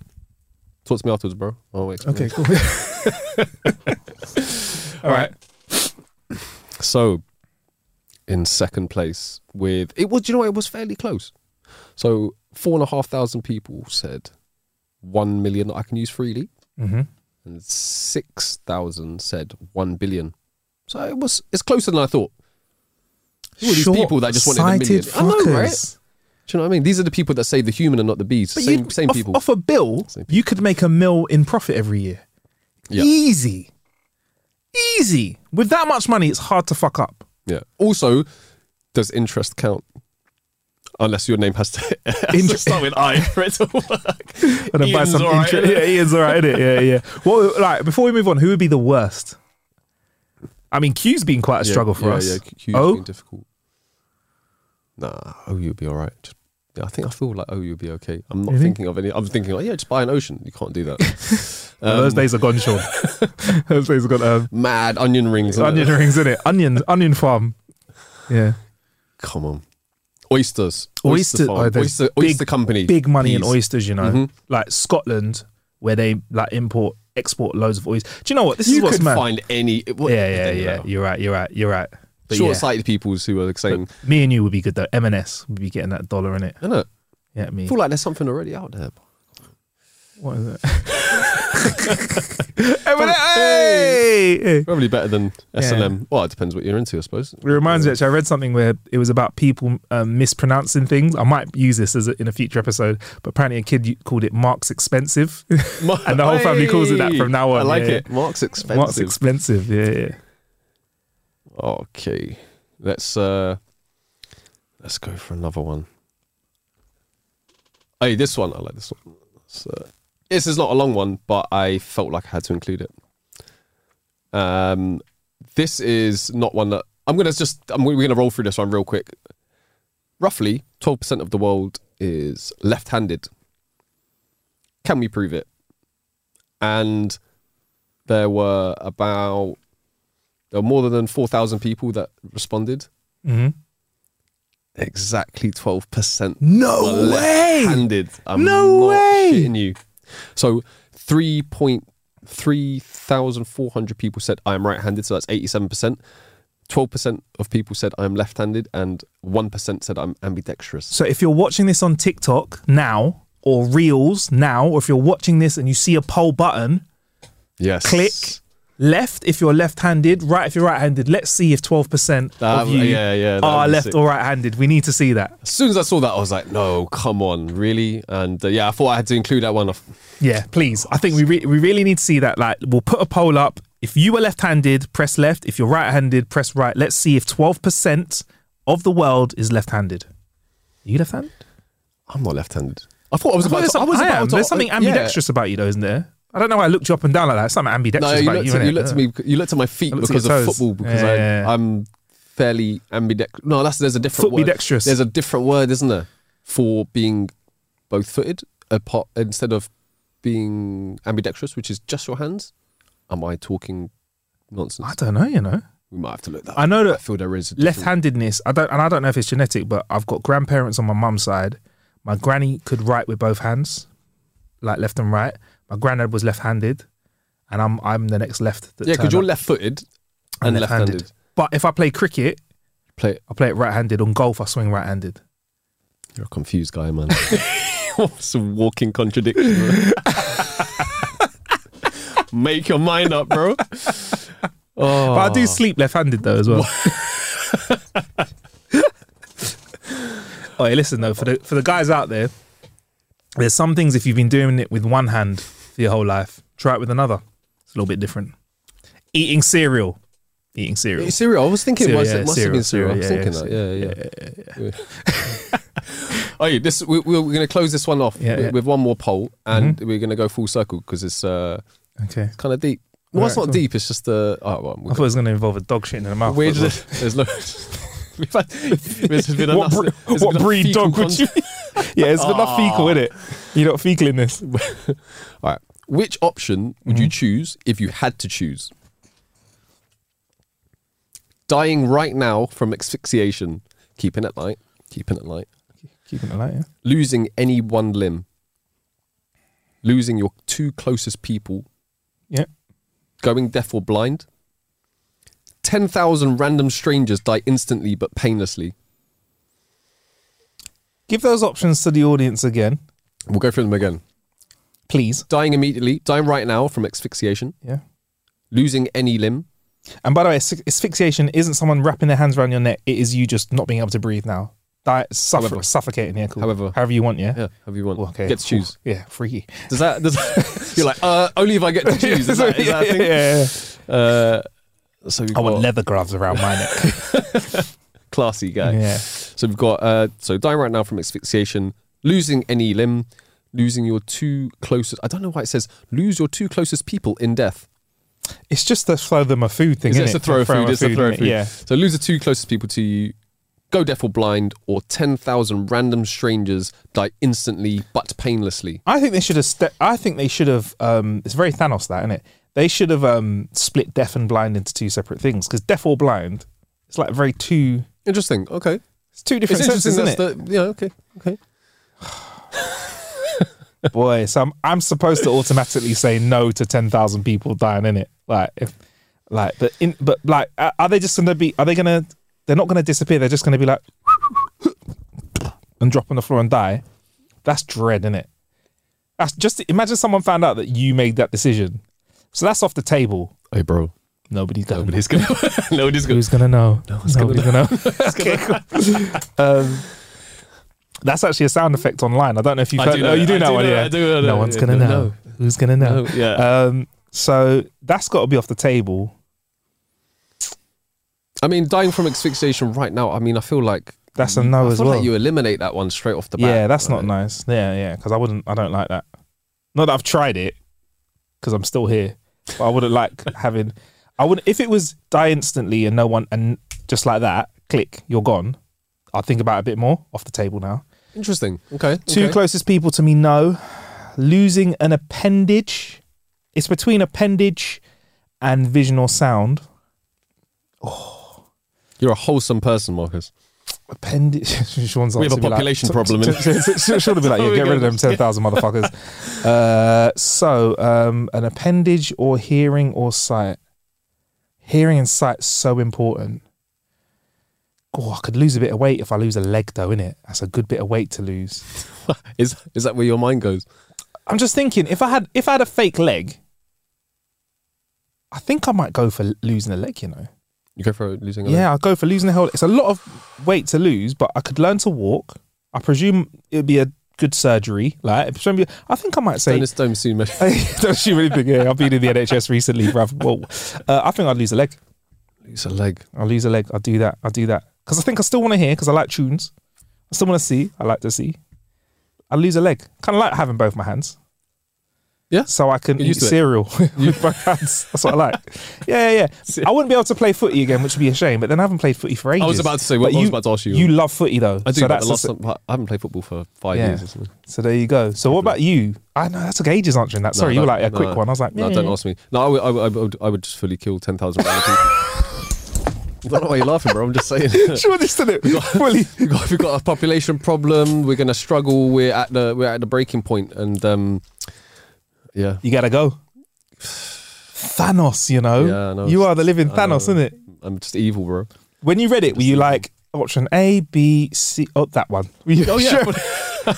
Speaker 2: Talk to me afterwards, bro. Oh, wait.
Speaker 1: Okay, cool. All right.
Speaker 2: So, in second place with it was. Do you know what? It was fairly close. So four and a half thousand people said one million that I can use freely,
Speaker 1: Mhm.
Speaker 2: and six thousand said one billion. So it was. It's closer than I thought. Who are these people that just wanted a million?
Speaker 1: Short-sighted
Speaker 2: I know, right?
Speaker 1: fuckers.
Speaker 2: Do you know what I mean? These are the people that say the human and not the bees.
Speaker 1: But
Speaker 2: same
Speaker 1: you'd-
Speaker 2: same
Speaker 1: off,
Speaker 2: people.
Speaker 1: Off a bill,
Speaker 2: Same people.
Speaker 1: you could make a mil in profit every year.
Speaker 2: Yeah.
Speaker 1: Easy. Easy. With that much money, it's hard to fuck up.
Speaker 2: Yeah. Also, does interest count? Unless your name has to, has to
Speaker 1: Inter-
Speaker 2: start with I for it to work.
Speaker 1: And then buy
Speaker 2: Ian's
Speaker 1: some
Speaker 2: all right,
Speaker 1: intre-
Speaker 2: innit?
Speaker 1: Yeah, Ian's all right, innit? Yeah, yeah. Well, like, before we move on, who would be the worst? I mean, Q's been quite a
Speaker 2: Yeah,
Speaker 1: struggle for
Speaker 2: yeah,
Speaker 1: us.
Speaker 2: Yeah, Q- Q's
Speaker 1: oh,
Speaker 2: been difficult. Nah, oh, you'll be all right. Just, yeah, I think I feel like oh, you'll be okay. I'm not
Speaker 1: You think?
Speaker 2: thinking of any. I'm thinking like yeah, just buy an ocean. You can't do that. um,
Speaker 1: well, those days are gone, Sean. those days are gone. Um,
Speaker 2: Mad onion rings. innit?
Speaker 1: onion rings, innit? Onion, onion farm. Yeah.
Speaker 2: Come on, oysters.
Speaker 1: oyster,
Speaker 2: farm.
Speaker 1: oh, there's
Speaker 2: oyster,
Speaker 1: big-
Speaker 2: oyster company. Mm-hmm.
Speaker 1: big money in
Speaker 2: please.
Speaker 1: oysters. You know, like Scotland, where they like import, export loads of oysters. Do you know what? This is
Speaker 2: You
Speaker 1: what's
Speaker 2: could
Speaker 1: mad.
Speaker 2: find any. it- what- I
Speaker 1: yeah, yeah,
Speaker 2: don't
Speaker 1: yeah.
Speaker 2: know.
Speaker 1: You're right. You're right. You're right. But yeah,
Speaker 2: Short-sighted peoples who are like saying,
Speaker 1: me and you would be good though. M and S would be getting that dollar in it.
Speaker 2: innit?
Speaker 1: Yeah, me.
Speaker 2: I feel like there's something already out there.
Speaker 1: What is it? M&S, hey! Hey!
Speaker 2: Probably better than
Speaker 1: Yeah.
Speaker 2: SLM. Well, it depends what you're into, I suppose.
Speaker 1: It reminds me actually, I read something where it was about people um, mispronouncing things. I might use this as a, in a future episode, but apparently a kid called it Mark's expensive, and the whole family calls it that from now on.
Speaker 2: I like
Speaker 1: yeah.
Speaker 2: it. Mark's expensive.
Speaker 1: Mark's expensive. Yeah, yeah.
Speaker 2: Okay, let's uh, let's go for another one. Hey, this one I like this one. It's, uh, this is not a long one, but I felt like I had to include it. Um, this is not one that I'm gonna just I'm, we're gonna roll through this one real quick. Roughly, twelve percent of the world is left-handed. Can we prove it? And there were about there were more than 4,000 people that responded.
Speaker 1: Mhm.
Speaker 2: Exactly 12%.
Speaker 1: No
Speaker 2: were
Speaker 1: way!
Speaker 2: Left-handed. I'm
Speaker 1: No
Speaker 2: not
Speaker 1: way!
Speaker 2: shitting you. So 3,400 people said I'm right-handed, so that's 87%. 12% of people said I'm left-handed and 1% said I'm ambidextrous.
Speaker 1: So if you're watching this on TikTok now or Reels now, or if you're watching this and you see a poll button,
Speaker 2: Yes.
Speaker 1: Click. left if you're left-handed, right if you're right-handed. Let's see if 12%
Speaker 2: That-
Speaker 1: of you
Speaker 2: yeah, yeah, that
Speaker 1: are
Speaker 2: would be
Speaker 1: left
Speaker 2: sick.
Speaker 1: or right-handed. We need to see that.
Speaker 2: As soon as I saw that, I was like, no, come on, really? And uh, yeah, I thought I had to include that one.
Speaker 1: Yeah, please. I think we re- we really need to see that. Like, we'll put a poll up. If you were left-handed, press left. If you're right-handed, press right. Let's see if 12% of the world is left-handed. Are you left-handed?
Speaker 2: I'm not left-handed. I thought I was
Speaker 1: I
Speaker 2: about.
Speaker 1: there's,
Speaker 2: to, I
Speaker 1: some-
Speaker 2: was
Speaker 1: I
Speaker 2: about
Speaker 1: am.
Speaker 2: to-
Speaker 1: there's something
Speaker 2: yeah.
Speaker 1: ambidextrous about you, though, isn't there? I don't know why I looked you up and down like that. There's something ambidextrous
Speaker 2: No, you
Speaker 1: about
Speaker 2: looked,
Speaker 1: you.
Speaker 2: at,
Speaker 1: innit?
Speaker 2: you looked at me. You looked at my feet
Speaker 1: I looked at
Speaker 2: because
Speaker 1: your
Speaker 2: of
Speaker 1: toes.
Speaker 2: football. Because
Speaker 1: Yeah,
Speaker 2: I,
Speaker 1: yeah, yeah.
Speaker 2: I'm fairly ambidextrous. No, that's there's a different word.
Speaker 1: Footbidextrous.
Speaker 2: There's a different word, isn't there, for being both-footed apart instead of being ambidextrous, which is just your hands. Am I talking
Speaker 1: I
Speaker 2: nonsense?
Speaker 1: don't know. You know,
Speaker 2: We might have to look that.
Speaker 1: I know
Speaker 2: up.
Speaker 1: that
Speaker 2: I feel there is a different-
Speaker 1: left-handedness. I don't, and I don't know if it's genetic, but I've got grandparents on my mum's side. My granny could write with both hands, like left and right. My granddad was left-handed, and I'm I'm the next left. That
Speaker 2: Yeah, because
Speaker 1: turned
Speaker 2: you're
Speaker 1: up.
Speaker 2: left-footed
Speaker 1: I'm
Speaker 2: and left-handed.
Speaker 1: But if I play cricket,
Speaker 2: Play.
Speaker 1: I play it right-handed. On golf, I swing right-handed.
Speaker 2: You're a confused guy, man. it's a walking contradiction. Make your mind up, bro. Oh,
Speaker 1: But I do sleep left-handed though as well. oh, hey, listen though, for the for the guys out there, there's some things if you've been doing it with one hand for your whole life, try it with another. It's a little bit different. Eating cereal, eating cereal.
Speaker 2: cereal. I was thinking,
Speaker 1: Cereal,
Speaker 2: cereal,
Speaker 1: yeah,
Speaker 2: it must have
Speaker 1: cereal,
Speaker 2: been cereal. I was
Speaker 1: cereal,
Speaker 2: thinking
Speaker 1: yeah,
Speaker 2: that. Yeah, yeah. yeah, oh, yeah, this we, we're going to close this one off
Speaker 1: Yeah,
Speaker 2: with,
Speaker 1: yeah.
Speaker 2: with one more poll, and we're going to go full circle because it's uh,
Speaker 1: Okay,
Speaker 2: kind of deep. Well, it's
Speaker 1: Alright,
Speaker 2: not
Speaker 1: cool.
Speaker 2: deep. It's just uh, oh, well,
Speaker 1: I
Speaker 2: we've
Speaker 1: thought it was going to involve a dog shitting in the mouth.
Speaker 2: We're
Speaker 1: but-
Speaker 2: just, there's no. We've had, this has been
Speaker 1: what,
Speaker 2: enough-
Speaker 1: bre-
Speaker 2: there's
Speaker 1: what
Speaker 2: been enough
Speaker 1: breed
Speaker 2: fecal
Speaker 1: dog would you?
Speaker 2: content. Ah.
Speaker 1: yeah, it's enough fecal in it. You're not fecal in this.
Speaker 2: All right. Which option would you choose if you had to choose? Dying right now from asphyxiation, keeping at light, keeping at light,
Speaker 1: Keeping it light, yeah.
Speaker 2: losing any one limb, losing your two closest people,
Speaker 1: Yeah.
Speaker 2: going deaf or blind. 10,000 random strangers die instantly but painlessly.
Speaker 1: Give those options to the audience again,
Speaker 2: We'll go through them again.
Speaker 1: please.
Speaker 2: Dying immediately, dying right now from asphyxiation,
Speaker 1: Yeah.
Speaker 2: losing any limb,
Speaker 1: And by the way, asphy- asphyxiation isn't someone wrapping their hands around your neck. It is you just not being able to breathe now. Di- suffer-
Speaker 2: However.
Speaker 1: suffocating. Yeah, cool.
Speaker 2: However.
Speaker 1: however you want. Yeah.
Speaker 2: yeah, however you want.
Speaker 1: Well, okay.
Speaker 2: Get to choose.
Speaker 1: Ooh, yeah, freaky.
Speaker 2: Does that, does that you're like uh, only if I get to choose? Is that, is that a
Speaker 1: yeah,
Speaker 2: thing?
Speaker 1: yeah, yeah.
Speaker 2: Uh, so we've
Speaker 1: I want
Speaker 2: got
Speaker 1: leather gloves around my neck.
Speaker 2: classy guy.
Speaker 1: yeah.
Speaker 2: So we've got uh, so dying right now from asphyxiation, losing any limb, losing your two closest. I don't know why it says lose your two closest people in death.
Speaker 1: It's just to throw them a food thing.
Speaker 2: Is it?
Speaker 1: isn't
Speaker 2: It's
Speaker 1: it?
Speaker 2: a throw of
Speaker 1: them
Speaker 2: food. It's a throw of
Speaker 1: innit?
Speaker 2: food.
Speaker 1: Yeah.
Speaker 2: So lose the two closest people to you, go deaf or blind, or ten thousand random strangers die instantly but painlessly.
Speaker 1: I think they should have. Ste- I think they should have. Um, it's very Thanos, that isn't it? They should have um, split deaf and blind into two separate things because deaf or blind, it's like very two.
Speaker 2: Interesting. Okay.
Speaker 1: It's two different senses, isn't it?
Speaker 2: that's the- yeah. Okay. Okay.
Speaker 1: boy so I'm, I'm supposed to automatically say no to 10,000 people dying in it like if like but in but like are are they just gonna be are they gonna they're not gonna disappear they're just gonna be like and drop on the floor and die that's dread in it that's just imagine someone found out that you made that decision so that's off the table
Speaker 2: Hey, bro.
Speaker 1: nobody's gonna
Speaker 2: Nobody's gonna. nobody's gonna.
Speaker 1: who's gonna know no
Speaker 2: one's gonna
Speaker 1: gonna know Okay, cool. um that's actually a sound effect online. I don't know if you've
Speaker 2: I
Speaker 1: heard.
Speaker 2: do know
Speaker 1: oh, you
Speaker 2: that.
Speaker 1: do
Speaker 2: I
Speaker 1: know
Speaker 2: do
Speaker 1: one,
Speaker 2: know
Speaker 1: yeah.
Speaker 2: that. I do know that.
Speaker 1: No one's
Speaker 2: Yeah,
Speaker 1: gonna
Speaker 2: no,
Speaker 1: know.
Speaker 2: no.
Speaker 1: Who's gonna know?
Speaker 2: No, yeah.
Speaker 1: Um, so that's got to be off the table.
Speaker 2: I mean, dying from asphyxiation right now. I mean, I feel like
Speaker 1: That's a no
Speaker 2: Mm, I
Speaker 1: as
Speaker 2: feel
Speaker 1: well.
Speaker 2: like you eliminate that one straight off the bat.
Speaker 1: yeah, that's not
Speaker 2: Like,
Speaker 1: nice. Yeah, yeah, because I wouldn't. I don't like that. Not that I've tried it, because I'm still here. But I wouldn't like having. I would not if it was die instantly and no one and just like that, click, you're gone. I'll think about it a bit more. Off the table now.
Speaker 2: Interesting. Okay.
Speaker 1: Two
Speaker 2: okay.
Speaker 1: closest people to me know losing an appendage. It's between appendage and vision or sound.
Speaker 2: You're a wholesome person, Marcus.
Speaker 1: appendage. Sean's
Speaker 2: We
Speaker 1: like,
Speaker 2: have
Speaker 1: to be
Speaker 2: a
Speaker 1: like-
Speaker 2: population
Speaker 1: to-
Speaker 2: problem,
Speaker 1: to- to-
Speaker 2: innit?
Speaker 1: to- to- Sean will be like,
Speaker 2: Oh
Speaker 1: yeah,
Speaker 2: my
Speaker 1: get rid of them
Speaker 2: goodness.
Speaker 1: 10,000 motherfuckers. uh, so, um, an appendage or hearing or sight. Hearing and sight so important. Oh, I could lose a bit of weight if I lose a leg, though, innit? That's a good bit of weight to lose.
Speaker 2: Is is that where your mind goes?
Speaker 1: I'm just thinking if I had if I had a fake leg, I think I might go for l- losing a leg. You know,
Speaker 2: You go for losing a leg?
Speaker 1: Yeah, I'd go for losing the whole. It's a lot of weight to lose, but I could learn to walk. I presume it'd be a good surgery. Like, it's gonna be- I think I might say.
Speaker 2: Don't assume. soon, mate.
Speaker 1: Don't shoot anything here. I've been in the NHS recently, bruv. Well, uh, I think I'd lose a leg.
Speaker 2: Lose a leg.
Speaker 1: I'll lose a leg. I'll do that. I'll do that because I think I still want to hear because I like tunes. I still want to see. I like to see. I lose a leg. Kind of like having both my hands.
Speaker 2: Yeah.
Speaker 1: So I can
Speaker 2: Get
Speaker 1: eat
Speaker 2: used to it.
Speaker 1: cereal with both hands. That's what I like. Yeah, yeah, yeah. I wouldn't be able to play footy again, which would be a shame. But then I haven't played footy for ages.
Speaker 2: I was about to say, what
Speaker 1: But
Speaker 2: I was about to ask you.
Speaker 1: You love footy though.
Speaker 2: I do,
Speaker 1: So
Speaker 2: but the
Speaker 1: that's
Speaker 2: last
Speaker 1: the-
Speaker 2: time, I haven't played football for five
Speaker 1: Yeah.
Speaker 2: years or something.
Speaker 1: so there you go. So what about you? I know that took ages answering that.
Speaker 2: No,
Speaker 1: Sorry, you were
Speaker 2: no,
Speaker 1: like a quick
Speaker 2: no.
Speaker 1: one. I was like, "Mm."
Speaker 2: no,
Speaker 1: yeah.
Speaker 2: don't ask me. No, I would, I would- I would, I would just fully kill 10,000 random people. I don't know why you're laughing, bro. I'm just saying.
Speaker 1: Sure, just did it. Fully.
Speaker 2: we've, got, we've got a population problem. We're going to struggle. We're at the we're at the breaking point, and um, yeah,
Speaker 1: You gotta go. Thanos, you know.
Speaker 2: Yeah, I know.
Speaker 1: You are the living
Speaker 2: I know.
Speaker 1: Thanos, isn't it?
Speaker 2: I'm just evil, bro.
Speaker 1: When you read it, were you like option A, B, C? Oh, that one. Were you sure?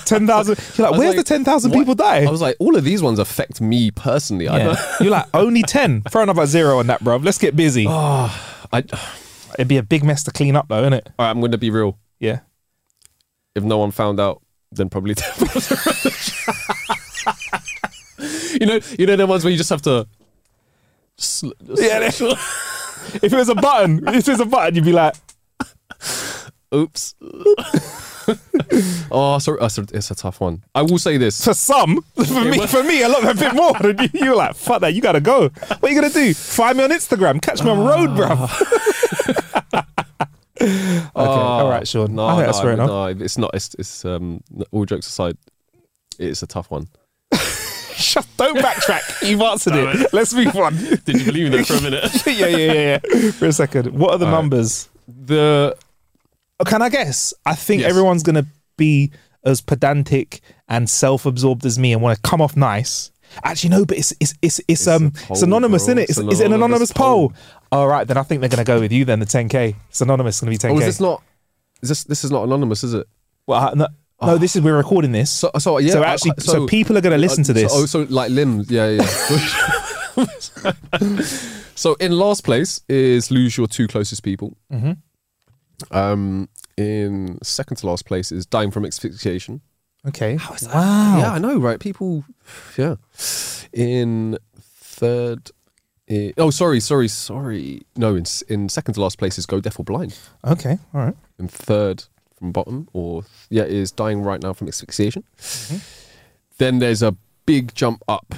Speaker 1: ten thousand. You're
Speaker 2: I
Speaker 1: like,
Speaker 2: was
Speaker 1: where's the
Speaker 2: like,
Speaker 1: ten thousand
Speaker 2: what?
Speaker 1: people die?
Speaker 2: I was like, all of these ones affect me personally. I don't.
Speaker 1: yeah. You're like only ten. Throw another zero on that, bruv. Let's get busy.
Speaker 2: I,
Speaker 1: Oh, It'd be a big mess to clean up, though, innit?
Speaker 2: I'm going to be real.
Speaker 1: Yeah.
Speaker 2: If no one found out, then probably. you know, you know the ones where you just have to. Sl-
Speaker 1: Yeah. If it was a button, if it was a button, you'd be like,
Speaker 2: Oops. oh, sorry. That's a, it's a tough one. I will say this.
Speaker 1: for some, for me, for me, a lot, a bit more. than you. You're like, fuck that. You gotta go. What are you gonna do? Find me on Instagram. Catch me on road, bruv.
Speaker 2: Okay.
Speaker 1: all right, Sean.
Speaker 2: No,
Speaker 1: I think that's
Speaker 2: no,
Speaker 1: fair enough.
Speaker 2: no, it's not. It's, it's um. All jokes aside, it's a tough one.
Speaker 1: Shut, don't backtrack. You've answered it. Let's move on.
Speaker 2: Did you believe in that for a minute?
Speaker 1: yeah, yeah, yeah, yeah. For a second. What are the
Speaker 2: All right.
Speaker 1: numbers?
Speaker 2: the
Speaker 1: Oh, Can I guess? I think
Speaker 2: Yes.
Speaker 1: everyone's going to be as pedantic and self-absorbed as me and want to come off nice. Actually, no, but it's it's it's it's,
Speaker 2: a
Speaker 1: um it's
Speaker 2: poll,
Speaker 1: anonymous,
Speaker 2: bro.
Speaker 1: isn't it?
Speaker 2: It's
Speaker 1: It's,
Speaker 2: an
Speaker 1: it's an
Speaker 2: anonymous
Speaker 1: anonymous poll. All right, then I think they're going to go with you. Then the 10k. It's anonymous. It's going to be
Speaker 2: oh,
Speaker 1: 10k.
Speaker 2: is this not? Is this this is not anonymous, is it?
Speaker 1: well, I- no, no, this is we're recording this.
Speaker 2: So uh, so yeah.
Speaker 1: So
Speaker 2: I-
Speaker 1: actually,
Speaker 2: I-
Speaker 1: so, people are going to listen to
Speaker 2: uh,
Speaker 1: this.
Speaker 2: So, oh, so like limbs. Yeah, yeah. yeah. so in last place is lose your two closest people.
Speaker 1: Mm-hmm.
Speaker 2: Um, in second to last place is dying from asphyxiation.
Speaker 1: okay. Wow.
Speaker 2: Yeah, I know, right? People, yeah. In third, i- oh, sorry, sorry, sorry. No, in s- in second to last place is go deaf or blind.
Speaker 1: Okay. All right.
Speaker 2: In third from bottom, or yeah, is dying right now from asphyxiation. Then there's a big jump up,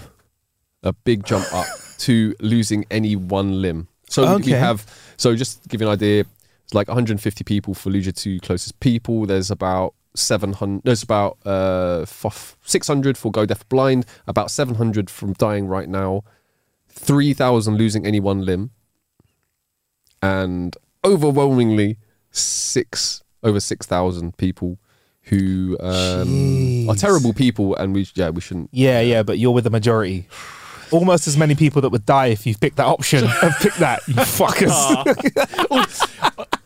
Speaker 2: a big jump up to losing any one limb. So we- we
Speaker 1: Okay.
Speaker 2: have, so just to give you an idea, it's like 150 people for lose your two closest people. There's about 700, there's about uh, f- 600 for go deaf blind, about 700 from dying right now, 3,000 losing any one limb, and overwhelmingly six over 6,000 people who um, are
Speaker 1: Jeez.
Speaker 2: terrible people, and we yeah we shouldn't.
Speaker 1: Yeah, yeah, but you're with the majority. Almost as many people that would die if you picked that option have picked that, you fuckers.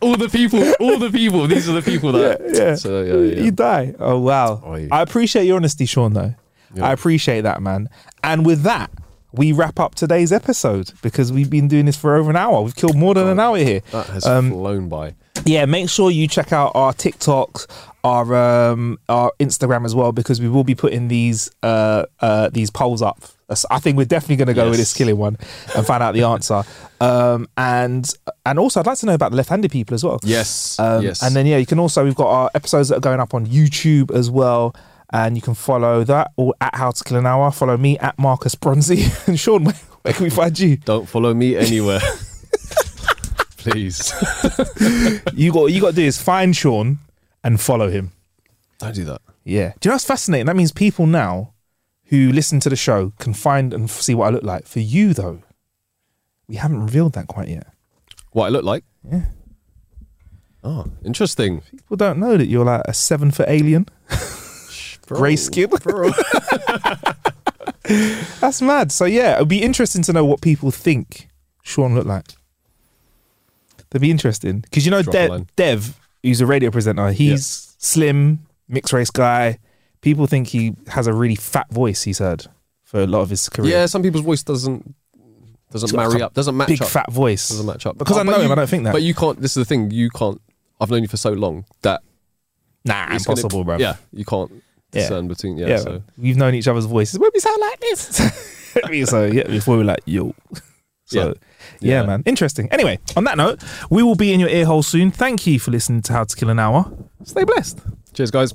Speaker 2: All the people, all the people. These are the people that.
Speaker 1: yeah.
Speaker 2: So yeah, yeah.
Speaker 1: You die. Oh, wow.
Speaker 2: Oi.
Speaker 1: I appreciate your honesty, Sean, though. I appreciate that, man. And with that, we wrap up today's episode because we've been doing this for over an hour. We've killed more than
Speaker 2: Oh.
Speaker 1: an hour here.
Speaker 2: that has flown by.
Speaker 1: yeah, make sure you check out our TikToks, our um, our Instagram as well, because we will be putting these uh, uh, these polls up That's- I think we're definitely going to go with
Speaker 2: Yes.
Speaker 1: this killing one and find out the answer. Um, and and also, I'd like to know about the left-handed people as well.
Speaker 2: Yes,
Speaker 1: Um,
Speaker 2: yes.
Speaker 1: And then yeah, you can also we've got our episodes that are going up on YouTube as well, and you can follow that or at How to Kill an Hour. Follow me at Marcus Bronzy and Sean. Where, where can we find you?
Speaker 2: Don't follow me anywhere. Please.
Speaker 1: You got you got to do is find Sean and follow him.
Speaker 2: Don't do that.
Speaker 1: Yeah. Do you know what's fascinating? That means people now who listen to the show can find and f- see what I look like. For you, though, we haven't revealed that quite yet.
Speaker 2: What I look like? Yeah. Oh, interesting.
Speaker 1: People don't know that you're like a seven foot alien, grey skin. That's mad. So, yeah, it'd be interesting to know what people think Sean looked like. That'd be interesting. Because you know,
Speaker 2: Drop a
Speaker 1: Dev,
Speaker 2: line.
Speaker 1: Dev, who's a radio presenter, he's slim, mixed race guy. People think he has a really fat voice, he's heard for a lot of his career.
Speaker 2: Yeah, some people's voice doesn't doesn't
Speaker 1: got
Speaker 2: marry
Speaker 1: some
Speaker 2: up, doesn't match
Speaker 1: big
Speaker 2: up.
Speaker 1: fat voice.
Speaker 2: doesn't match up. Oh,
Speaker 1: Because I
Speaker 2: But
Speaker 1: know
Speaker 2: you-
Speaker 1: him, I don't think that.
Speaker 2: But you can't. This is the thing. You can't. I've known you for so long that
Speaker 1: nah,
Speaker 2: it's gonna-
Speaker 1: impossible, bro.
Speaker 2: Yeah, you can't
Speaker 1: Yeah.
Speaker 2: discern between. Yeah,
Speaker 1: yeah.
Speaker 2: so
Speaker 1: We've known each other's voices. Well, we sound like this. I mean, so yeah, before we were like yo. So
Speaker 2: Yeah.
Speaker 1: yeah.
Speaker 2: Yeah.
Speaker 1: man, interesting. Anyway, on that note, we will be in your ear hole soon. Thank you for listening to How to Kill an Hour. Stay blessed.
Speaker 2: cheers, guys.